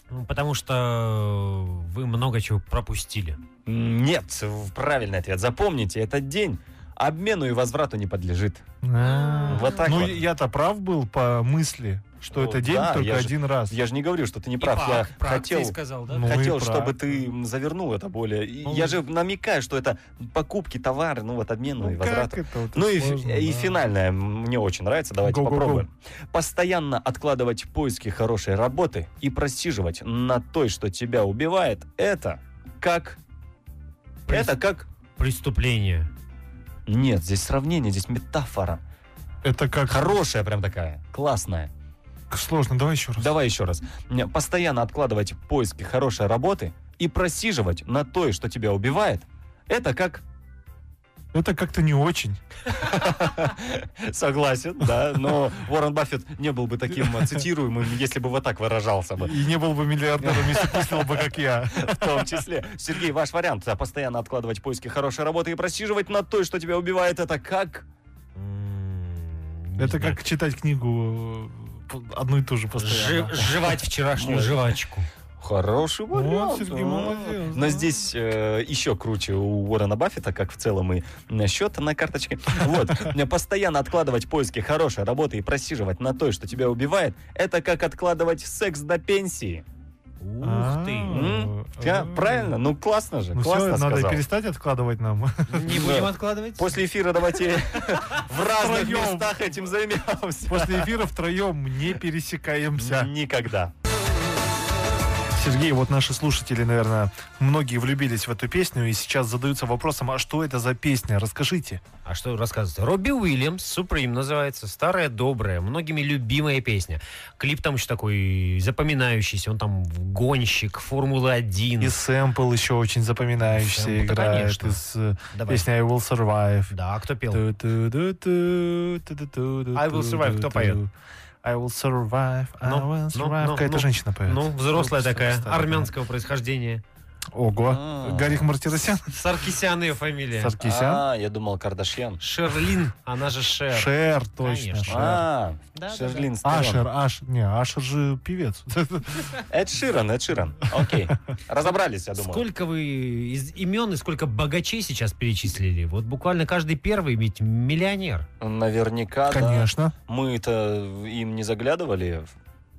S5: Ну, Потому что вы много чего пропустили.
S3: Нет, в- правильный ответ. Запомните, этот день обмену и возврату не подлежит. Вот так
S4: Ну,
S3: вот.
S4: я-то прав был по мысли, что
S3: Ну,
S4: это день
S3: да,
S4: только
S3: я же-
S4: один раз.
S3: Я же не говорю, что ты не
S5: И
S3: прав.
S5: по
S3: Я
S5: ак- про
S3: хотел,
S5: акции сказал, да?
S4: Ну,
S3: хотел
S4: и прав.
S3: чтобы ты м, завернул это более. И
S4: Ну,
S3: я же намекаю, что это покупки, товары, ну вот обмену и
S4: Ну,
S3: возврату.
S4: как это вот
S3: Ну и, ф-
S4: сложно,
S3: и
S4: да.
S3: финальное мне очень нравится, давайте
S4: Go, go, go.
S3: попробуем. Постоянно откладывать поиски хорошей работы и просиживать на той, что тебя убивает, это как...
S5: Прис-
S3: Это как...
S5: Преступление.
S3: Нет, здесь сравнение, здесь метафора.
S4: Это как...
S3: Хорошая прям такая, классная.
S4: Сложно, давай еще раз.
S3: Давай еще раз. Не, Постоянно откладывать поиски хорошей работы и просиживать на той, что тебя убивает, это как...
S4: Это как-то не очень.
S3: Согласен, да, но Уоррен Баффет не был бы таким цитируемым, если бы вот так выражался бы.
S4: И не был бы миллиардером, если бы мыслил бы, как я.
S3: В том числе. Сергей, ваш вариант. а Постоянно откладывать поиски хорошей работы и просиживать на той, что тебя убивает, это как...
S5: М, не
S4: Это
S5: знаю.
S4: как читать книгу э, одну и ту же
S5: Жи-
S4: постоянно.
S5: жевать вчерашнюю
S3: Ой.
S5: жвачку.
S3: Хороший
S4: Вот,
S3: вариант.
S4: Сергей,
S3: а.
S4: Ну, молодец,
S3: Но
S4: да.
S3: здесь э, еще круче у Уоррена Баффета, как в целом и счет на карточке. Вот. Э, Постоянно откладывать поиски хорошей работы и просиживать на той, что тебя убивает, это как откладывать секс до пенсии.
S5: Ух ты.
S3: М? Я- Правильно? Ну, классно же.
S4: Э, Ну
S3: классно
S4: все, надо
S3: сказал.
S4: перестать откладывать нам.
S5: Не
S3: Да.
S5: будем откладывать?
S3: После эфира давайте в разных
S4: Втроем.
S3: местах этим займемся.
S4: После эфира втроем не пересекаемся.
S3: Никогда.
S4: Сергей, вот наши слушатели, наверное, многие влюбились в эту песню и сейчас задаются вопросом, а что это за песня? Расскажите.
S5: А что рассказывать? Робби Уильямс, Суприм называется, старая добрая, многими любимая песня. Клип там еще такой запоминающийся, он там в гонщик, Формула-1.
S4: И сэмпл еще очень запоминающийся
S5: Сэмпл, да,
S4: играет
S5: конечно.
S4: из э,
S5: Давай.
S4: песни «I will survive».
S5: Да, а кто пел?
S4: I
S5: will survive. Кто поет?
S4: I will survive, I
S5: Ну,
S4: will
S5: ну,
S4: survive.
S5: ну,
S4: Какая-то
S5: ну,
S4: женщина поет.
S5: Ну, взрослая такая,
S4: старая, да.
S5: армянского происхождения.
S3: А.
S4: Ого. Гарик Мартиросян?
S5: Саркисян ее фамилия.
S4: Саркисян?
S3: А, я думал Кардашьян.
S5: Шерлин, она же Шер.
S4: Шер, точно.
S5: Конечно.
S4: Шер.
S3: А,
S5: Да, да,
S3: Шерлин
S4: Ашер,
S3: Ашер.
S4: Аш, не, Ашер же певец.
S3: Эд Ширан, Эд Ширан. Окей. Разобрались, я думаю.
S5: Сколько вы из имен и сколько богачей сейчас перечислили? Вот буквально каждый первый ведь миллионер.
S3: Наверняка, да.
S4: Конечно.
S3: Мы-то им не заглядывали.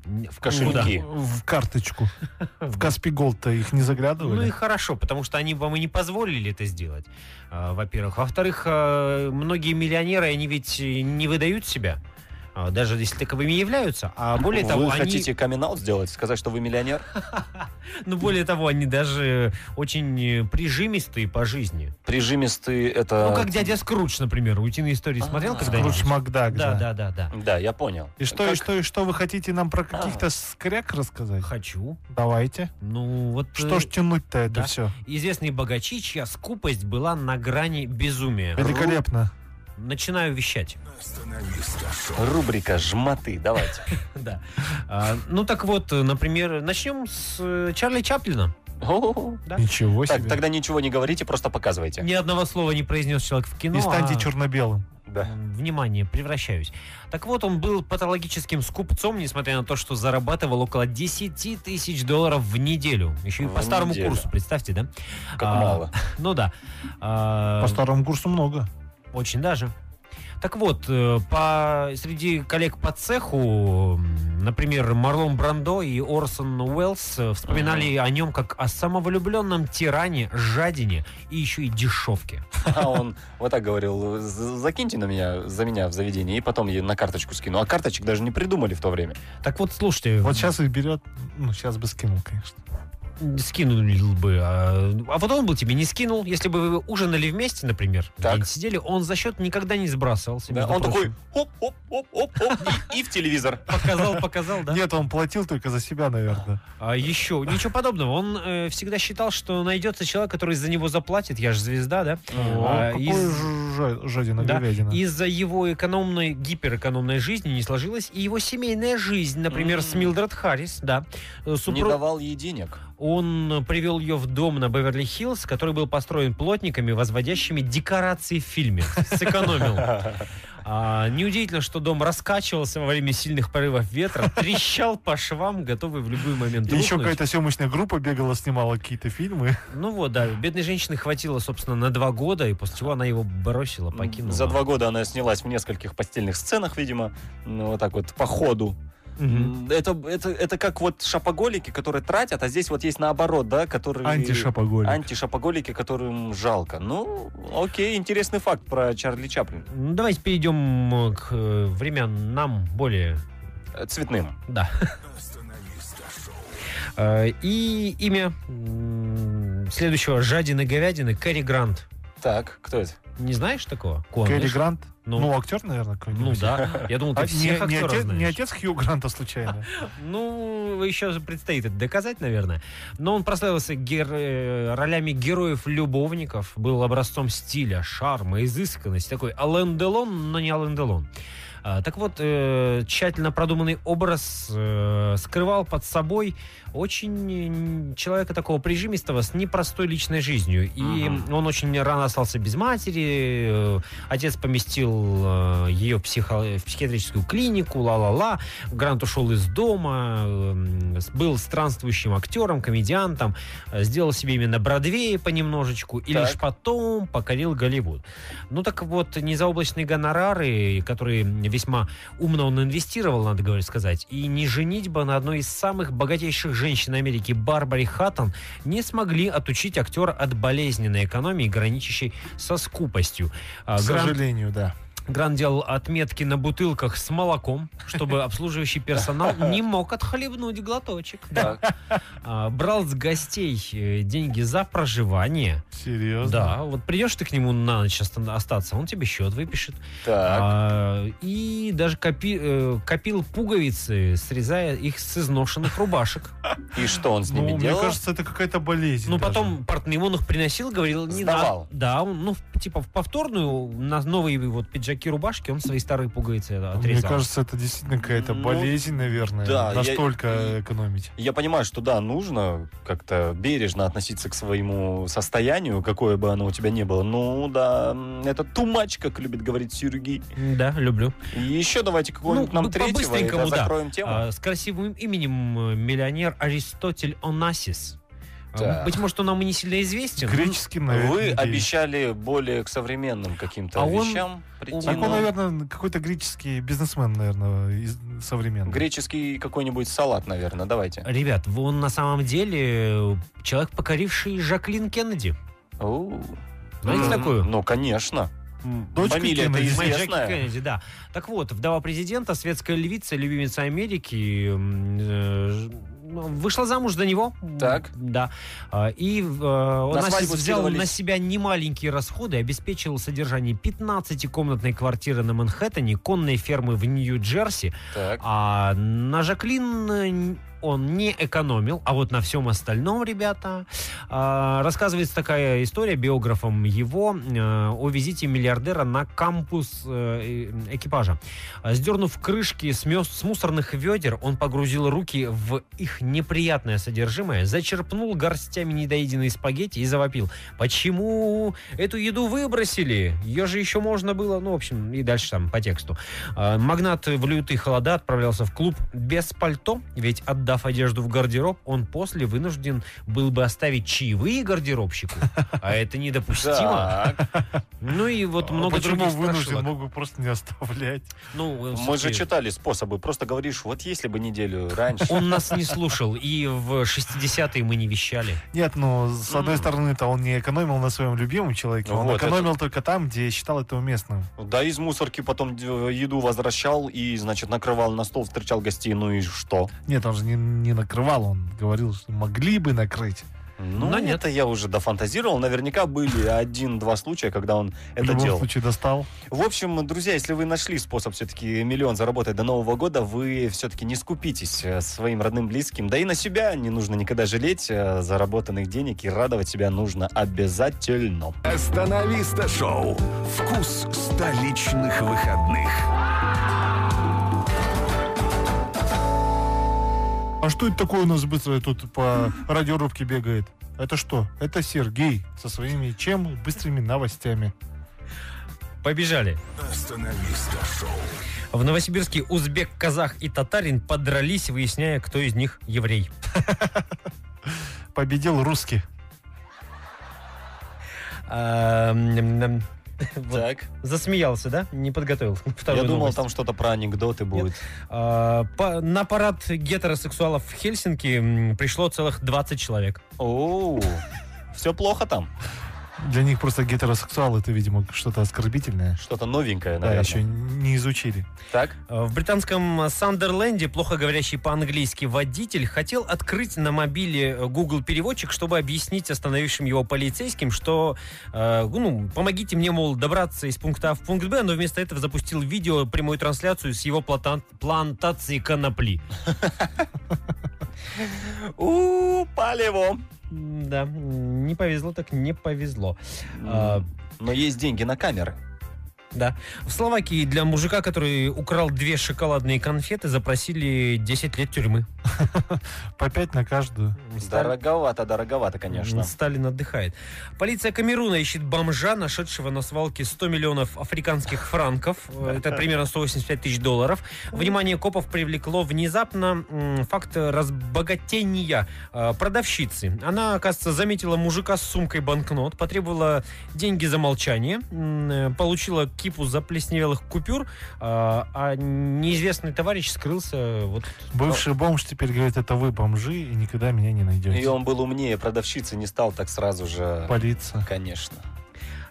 S5: В
S3: кошельки.
S4: В карточку. В Каспи Голд-то их не
S5: Ну и
S4: заглядывали.
S5: хорошо, потому что они вам и не позволили это сделать, а, во-первых. Во-вторых, а, многие миллионеры, они ведь и не выдают себя, а, даже если таковыми и являются. А более того,
S3: Ну, Вы
S5: они...
S3: хотите камин сделать, сказать, что вы миллионер?
S5: Ну, более того, они даже очень э, прижимистые по жизни.
S3: Прижимистый это...
S5: Ну, как дядя Скрудж, например. «Утиные истории» смотрел
S3: типа. А,
S5: когда-нибудь?
S4: Скрудж Макдак.
S5: Да,
S4: да.
S5: да, да, да.
S3: Да, я понял.
S4: И что, и
S3: Как-
S4: что, и что вы хотите нам про каких-то скряк рассказать?
S5: Хочу.
S4: Давайте.
S5: Ну, вот... э,
S4: Что ж тянуть-то это
S5: да.
S4: все?
S5: Известные богачи, чья скупость была на грани безумия.
S4: Великолепно.
S5: Начинаю вещать.
S3: Рубрика «Жмоты», давайте.
S5: Да. А, ну так вот, э, например, начнем с э, Чарли Чаплина.
S3: О,
S5: Да.
S4: Ничего
S3: Так,
S4: себе.
S3: тогда ничего не говорите, просто показывайте.
S5: Ни одного слова не произнес человек в кино.
S4: Не станьте
S5: а,
S4: черно-белым.
S3: Да.
S5: м, Внимание, превращаюсь. Так вот, он был патологическим скупцом, несмотря на то, что зарабатывал около 10 тысяч долларов в неделю. Еще и
S3: В
S5: по старому
S3: неделю.
S5: курсу, представьте, да?
S3: Как
S5: А,
S3: мало.
S5: Ну да. А,
S4: По старому курсу много.
S5: Очень даже. Так вот, э, по, среди коллег по цеху, м, например, Марлон Брандо и Орсон Уэллс э, вспоминали о нем как о самовлюбленном тиране, жадине и еще и дешевке.
S3: А он вот так говорил, «З- закиньте на меня, за меня в заведение, и потом я на карточку скину. А карточек даже не придумали в то время.
S5: Так вот, слушайте,
S4: Вот сейчас их берет. Ну, сейчас бы скинул, конечно.
S5: м, скинул бы, а, а вот он бы тебе не скинул, если бы вы ужинали вместе, например,
S3: Так.
S5: где-нибудь сидели, он за счет никогда не сбрасывался.
S3: Да,
S5: между
S3: он такой,
S5: прочим.
S3: оп-оп-оп-оп-оп, и, и в телевизор.
S5: показал, показал, да?
S4: Нет, он платил только за себя, наверное.
S5: А еще ничего подобного. Он э, всегда считал, что найдется человек, который за него заплатит. Я же звезда, да?
S4: О,
S5: А,
S4: какой
S5: из-
S4: ж- жадина
S5: да,
S4: говядина.
S5: Из-за его экономной, гиперэкономной жизни не сложилось и его семейная жизнь, например, с
S3: М.
S5: Милдред Харрис, да. Э,
S3: Не
S5: супруг-
S3: давал ей денег.
S5: Он э, привел ее в дом на Беверли-Хиллз, который был построен плотниками, возводящими декорации в фильме. Сэкономил. А, неудивительно, что дом раскачивался во время сильных порывов ветра, трещал по швам, готовый в любой момент
S4: И еще
S5: рухнуть.
S4: какая-то съемочная группа бегала, снимала какие-то фильмы.
S5: Ну вот, да, бедной женщины хватило, собственно, на два года, и после чего она его бросила, покинула.
S3: За два года она снялась в нескольких постельных сценах, видимо, ну, вот так вот по ходу. М, Это, это, это как вот шапоголики, которые тратят, а здесь вот есть наоборот, да, которые...
S4: Антишапоголик.
S3: Антишапоголики, которым жалко. Ну, окей, интересный факт про Чарли Чаплин.
S5: Ну, Давайте перейдем э, к э, времен нам более...
S3: Э, Цветным.
S5: Да. Э, И имя м, следующего жадины-говядины Кэрри Грант.
S3: Так, кто это?
S5: Не знаешь такого?
S4: Кэрри
S5: Конечно.
S4: Грант.
S5: Ну.
S4: Ну, актер, наверное,
S5: Ну
S4: какой-нибудь.
S5: да, я думал,
S4: А
S5: ты всех
S4: не, не
S5: актеров
S4: отец,
S5: знаешь.
S4: не отец Хью Гранта случайно.
S5: Ну, еще предстоит это доказать, наверное. Но он прославился гер- э, ролями героев-любовников, был образцом стиля, шарма, изысканности. Такой Ален Делон, но не Ален Делон. А, Так вот, э, тщательно продуманный образ э, скрывал под собой очень э, человека такого прижимистого с непростой личной жизнью. И
S3: Мгм.
S5: он очень рано остался без матери, э, отец поместил э, ее в, психо- в психиатрическую клинику, ла-ла-ла. Грант ушел из дома, эм, с- был странствующим актером, комедиантом, э, сделал себе именно Бродвей понемножечку, и
S3: Так.
S5: лишь потом покорил Голливуд. Ну так вот, незаоблачные гонорары, которые весьма умно он инвестировал, надо говорить, сказать, и не женитьба на одной из самых богатейших женщин Америки Барбаре Хаттон не смогли отучить актера от болезненной экономии, граничащей со скупостью. А,
S4: К
S5: Грант
S4: сожалению, да.
S5: Гран делал отметки на бутылках с молоком, чтобы обслуживающий персонал не мог отхлебнуть глоточек. да. А, Брал с гостей э, деньги за проживание.
S4: Серьезно?
S5: Да, вот придешь ты к нему на ночь оста- остаться, он тебе счет выпишет.
S3: Так.
S5: А, и даже копи- э, копил пуговицы, срезая их с изношенных рубашек.
S3: И что он с
S4: Ну,
S3: ними
S4: мне
S3: делал?
S4: кажется, это какая-то болезнь.
S5: Ну,
S4: даже.
S5: потом портным он их приносил, говорил, не
S3: Сдавал.
S5: надо. Да, он, ну, в- типа в повторную, на новые вот пиджаки, рубашки, он свои старые пуговицы да, отрезал.
S4: Мне кажется, это действительно какая-то
S3: Ну,
S4: болезнь, наверное.
S3: да, я-
S4: Настолько экономить.
S3: Я понимаю, что да, нужно как-то бережно относиться к своему состоянию, какое бы оно у тебя ни было. Ну да, м, это тумач, как любит говорить Сергей.
S5: Да, люблю.
S3: И еще давайте какого-нибудь
S5: Ну,
S3: нам
S5: ну,
S3: третьего и
S5: по-быстренькому,
S3: да,
S5: да.
S3: закроем тему.
S5: А, с красивым именем э, миллионер Аристотель Онасис. А,
S3: Так.
S5: Быть может, он нам и не сильно известен.
S4: Греческим, наверное.
S3: Вы
S4: гей.
S3: обещали более к современным каким-то
S5: А он-
S3: вещам прийти. ну,
S4: Так он,
S3: но
S4: наверное, какой-то греческий бизнесмен, наверное, из- современный.
S3: Греческий какой-нибудь салат, наверное, давайте.
S5: Ребят, он на самом деле э, человек, покоривший Жаклин Кеннеди.
S3: Оу.
S5: А, Знаете
S4: Мгм.
S5: такую?
S3: Ну, конечно.
S4: Дочка
S3: Фамилия-то
S4: Кеннеди.
S3: известная.
S5: Мать Джеки Кеннеди, да. Так вот, вдова президента, светская львица, любимица Америки, м, э, ж- ну, вышла замуж за него.
S3: Так.
S5: Да. А, И э, он
S3: На
S5: на
S3: свадьбу
S5: с- взял на
S3: скидывались.
S5: себя немаленькие расходы, обеспечил содержание 15-комнатной квартиры на Манхэттене, конной фермы в Нью-Джерси.
S3: Так.
S5: А на Жаклин э, н- он не экономил, а вот на всем остальном, ребята, а, рассказывается такая история биографом его э, о визите миллиардера на кампус э, э, экипажа. А, Сдернув крышки с, мёс- с мусорных ведер, он погрузил руки в их неприятное содержимое, зачерпнул горстями недоеденные спагетти и завопил. Почему эту еду выбросили? Ее же еще можно было... Ну, в общем, и дальше там по тексту. А, Магнат в лютые холода отправлялся в клуб без пальто, ведь отдав одежду в гардероб, он после вынужден был бы оставить чаевые гардеробщику. А это недопустимо.
S3: Так.
S5: Ну и вот
S3: А
S5: много
S4: Почему
S5: других
S4: вынужден?
S5: страшилок.
S4: Мог бы просто не оставлять.
S5: Ну, э,
S3: Мы же
S5: всё-таки
S3: читали способы. Просто говоришь, вот если бы неделю раньше.
S5: Он нас не слушал, и в 60-е мы не вещали.
S4: Нет, ну, с одной
S3: М.
S4: стороны-то он не экономил на своем любимом человеке. Он
S3: Вот
S4: экономил только там, где считал это уместным.
S3: Да, из мусорки потом э, еду возвращал и, значит, накрывал на стол, встречал гостей. Ну и что?
S4: Нет, он же не, не накрывал, он говорил, что могли бы накрыть.
S3: Ну,
S5: Но нет.
S3: это я уже дофантазировал. Наверняка были один-два случая, когда он
S4: В
S3: это
S4: любом
S3: делал.
S4: случае достал.
S3: В общем, друзья, если вы нашли способ все-таки миллион заработать до Нового года, вы все-таки не скупитесь э, своим родным, близким. Да и на себя не нужно никогда жалеть э, заработанных денег, и радовать себя нужно обязательно.
S2: Остановиста шоу. Вкус столичных выходных.
S4: А что это такое у нас быстро тут по радиорубке бегает? Это что? Это Сергей со своими чем быстрыми новостями.
S5: Побежали.
S2: Остановиста шоу.
S5: В Новосибирске узбек, казах и татарин подрались, выясняя, кто из них еврей.
S4: Победил русский.
S5: А, м-м-м. Вот
S3: Так,
S5: Засмеялся, да? Не подготовил.
S3: я
S5: Вторую
S3: думал,
S5: новость.
S3: там что-то про анекдоты будет.
S5: А, по- на парад гетеросексуалов в Хельсинки м, пришло целых 20 человек.
S3: Оу, все плохо там.
S4: Для них просто гетеросексуал это, видимо, что-то оскорбительное.
S3: Что-то новенькое,
S4: Да,
S3: наверное.
S4: еще не изучили.
S3: Так,
S5: А, В британском Сандерленде плохо говорящий по-английски водитель хотел открыть на мобиле э, Google переводчик, чтобы объяснить остановившим его полицейским, что э, ну, помогите мне, мол, добраться из пункта А в пункт Б, но вместо этого запустил видео прямую трансляцию с его платан- плантации конопли.
S3: у палево.
S5: М, Да, м, не повезло, так не повезло. А,
S3: Но есть деньги на камеры.
S5: Да. В Словакии для мужика, который украл две шоколадные конфеты, запросили 10 лет тюрьмы.
S4: По пять на каждую.
S3: Ну,
S5: Стали-
S3: Дороговато, дороговато, конечно.
S5: Сталин отдыхает. Полиция Камеруна ищет бомжа, нашедшего на свалке 100 миллионов африканских франков. Э, Это примерно 185 тысяч долларов. Внимание копов привлекло внезапно м, факт разбогатения э, продавщицы. Она, оказывается, заметила мужика с сумкой банкнот, потребовала деньги за молчание, м, э, получила кипу заплесневелых купюр, э, а неизвестный товарищ скрылся вот
S4: Бывший бомж теперь говорит, это вы бомжи и никогда меня не найдете.
S3: И он был умнее продавщицы, не стал так сразу же.
S4: Полиция.
S3: Конечно.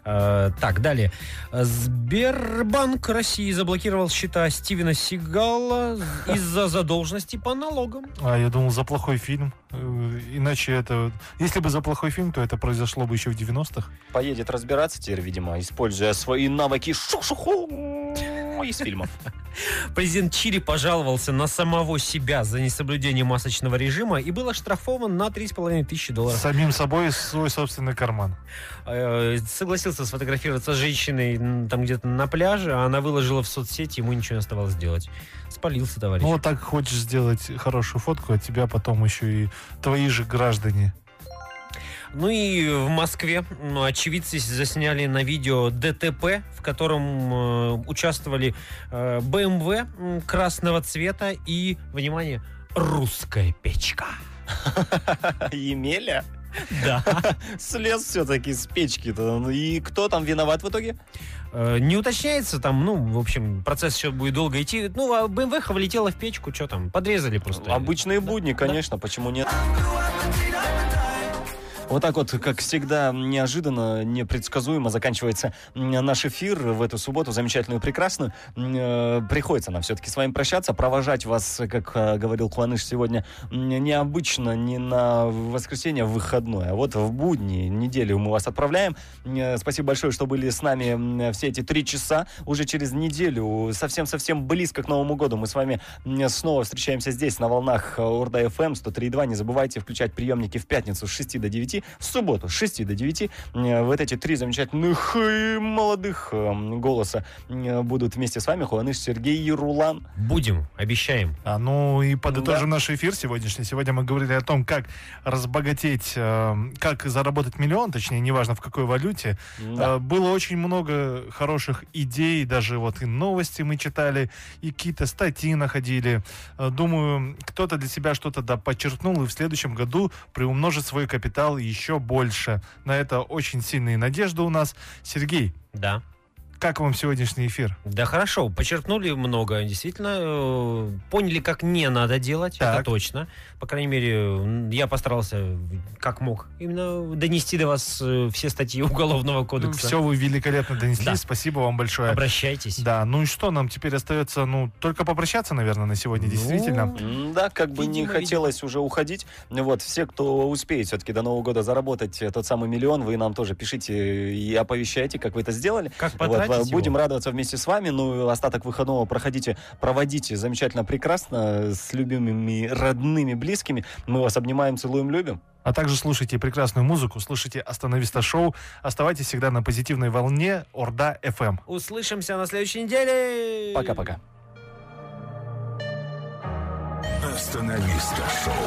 S5: Э, так, далее. Сбербанк России заблокировал счета Стивена Сигала из-за задолженности по налогам.
S4: А, я думал, за плохой фильм. Э, Иначе это... Если бы за плохой фильм, то это произошло бы еще в 90-х.
S3: Поедет разбираться теперь, видимо, используя свои навыки шу-шу-ху из фильмов.
S5: Президент Чили пожаловался на самого себя за несоблюдение масочного режима и был оштрафован на 3,5 тысячи долларов.
S4: Самим собой и свой собственный карман.
S5: Э, согласился сфотографироваться с женщиной м, там где-то на пляже, а она выложила в соцсети, ему ничего не оставалось делать. Спалился товарищ.
S4: Ну, вот так хочешь сделать хорошую фотку, а тебя потом еще и твои же граждане.
S5: Ну и в Москве ну, очевидцы засняли на видео ДТП, в котором э, участвовали э, БМВ м, красного цвета и, внимание, русская печка.
S3: Емеля
S5: Да.
S3: слез все-таки с печки-то. Ну И кто там виноват в итоге?
S5: Э, Не уточняется там, ну, в общем, процесс еще будет долго идти. Ну, а БМВ влетела в печку, что там, подрезали просто.
S3: Обычные будни, конечно, почему нет? Вот так вот, как всегда, неожиданно, непредсказуемо заканчивается м, наш эфир в эту субботу, замечательную, прекрасную. М, э, Приходится нам все-таки с вами прощаться, провожать вас, как э, говорил Куаныш сегодня, м, необычно, не на воскресенье, а в выходное, а вот в будни неделю мы вас отправляем. М, э, Спасибо большое, что были с нами м, э, все эти три часа. Уже через неделю, совсем-совсем близко к Новому году, мы с вами м, снова встречаемся здесь, на волнах э, Урда FM 103.2. Не забывайте включать приемники в пятницу с 6 до 9, в субботу с 6 до 9. Э, Вот эти три замечательных э, молодых э, голоса э, будут вместе с вами. Хуаныш, Сергей и Рулан.
S5: Будем, обещаем.
S4: А ну и подытожим наш эфир сегодняшний. Сегодня мы говорили о том, как разбогатеть, э, как заработать миллион, точнее, неважно в какой валюте.
S3: Да.
S4: Э, Было очень много хороших идей, даже вот и новости мы читали, и какие-то статьи находили. Э, Думаю, кто-то для себя что-то да подчеркнул и в следующем году приумножит свой капитал еще больше. На это очень сильные надежды у нас. Сергей,
S5: Да.
S4: как вам сегодняшний эфир?
S5: Да хорошо, почерпнули много, действительно. э, Поняли, как не надо делать, это
S4: Так.
S5: точно. По крайней мере, м, я постарался, э, как мог, именно донести до вас э, все статьи Уголовного кодекса.
S4: Все вы великолепно донесли.
S5: Да.
S4: Спасибо вам большое.
S5: Обращайтесь.
S4: э, Да, ну и что, нам теперь остается, ну, только попрощаться, наверное, на сегодня,
S5: Ну,
S4: действительно.
S3: М, Да, как бы не
S5: Видимо,
S3: хотелось уже уходить. Ну Вот, все, кто успеет все-таки до Нового года заработать э, тот самый миллион, вы нам тоже пишите э, и оповещайте, как вы это сделали.
S5: Как
S3: Вот,
S5: потратить его?
S3: будем радоваться вместе с вами. Ну, и остаток выходного проходите, проводите замечательно, прекрасно, с любимыми, родными, близкими. Мы вас обнимаем, целуем, любим.
S4: А также слушайте прекрасную музыку, слушайте «Остановиста шоу». Оставайтесь всегда на позитивной волне Орда FM.
S5: Услышимся на следующей неделе.
S3: Пока-пока.
S2: Остановиста шоу.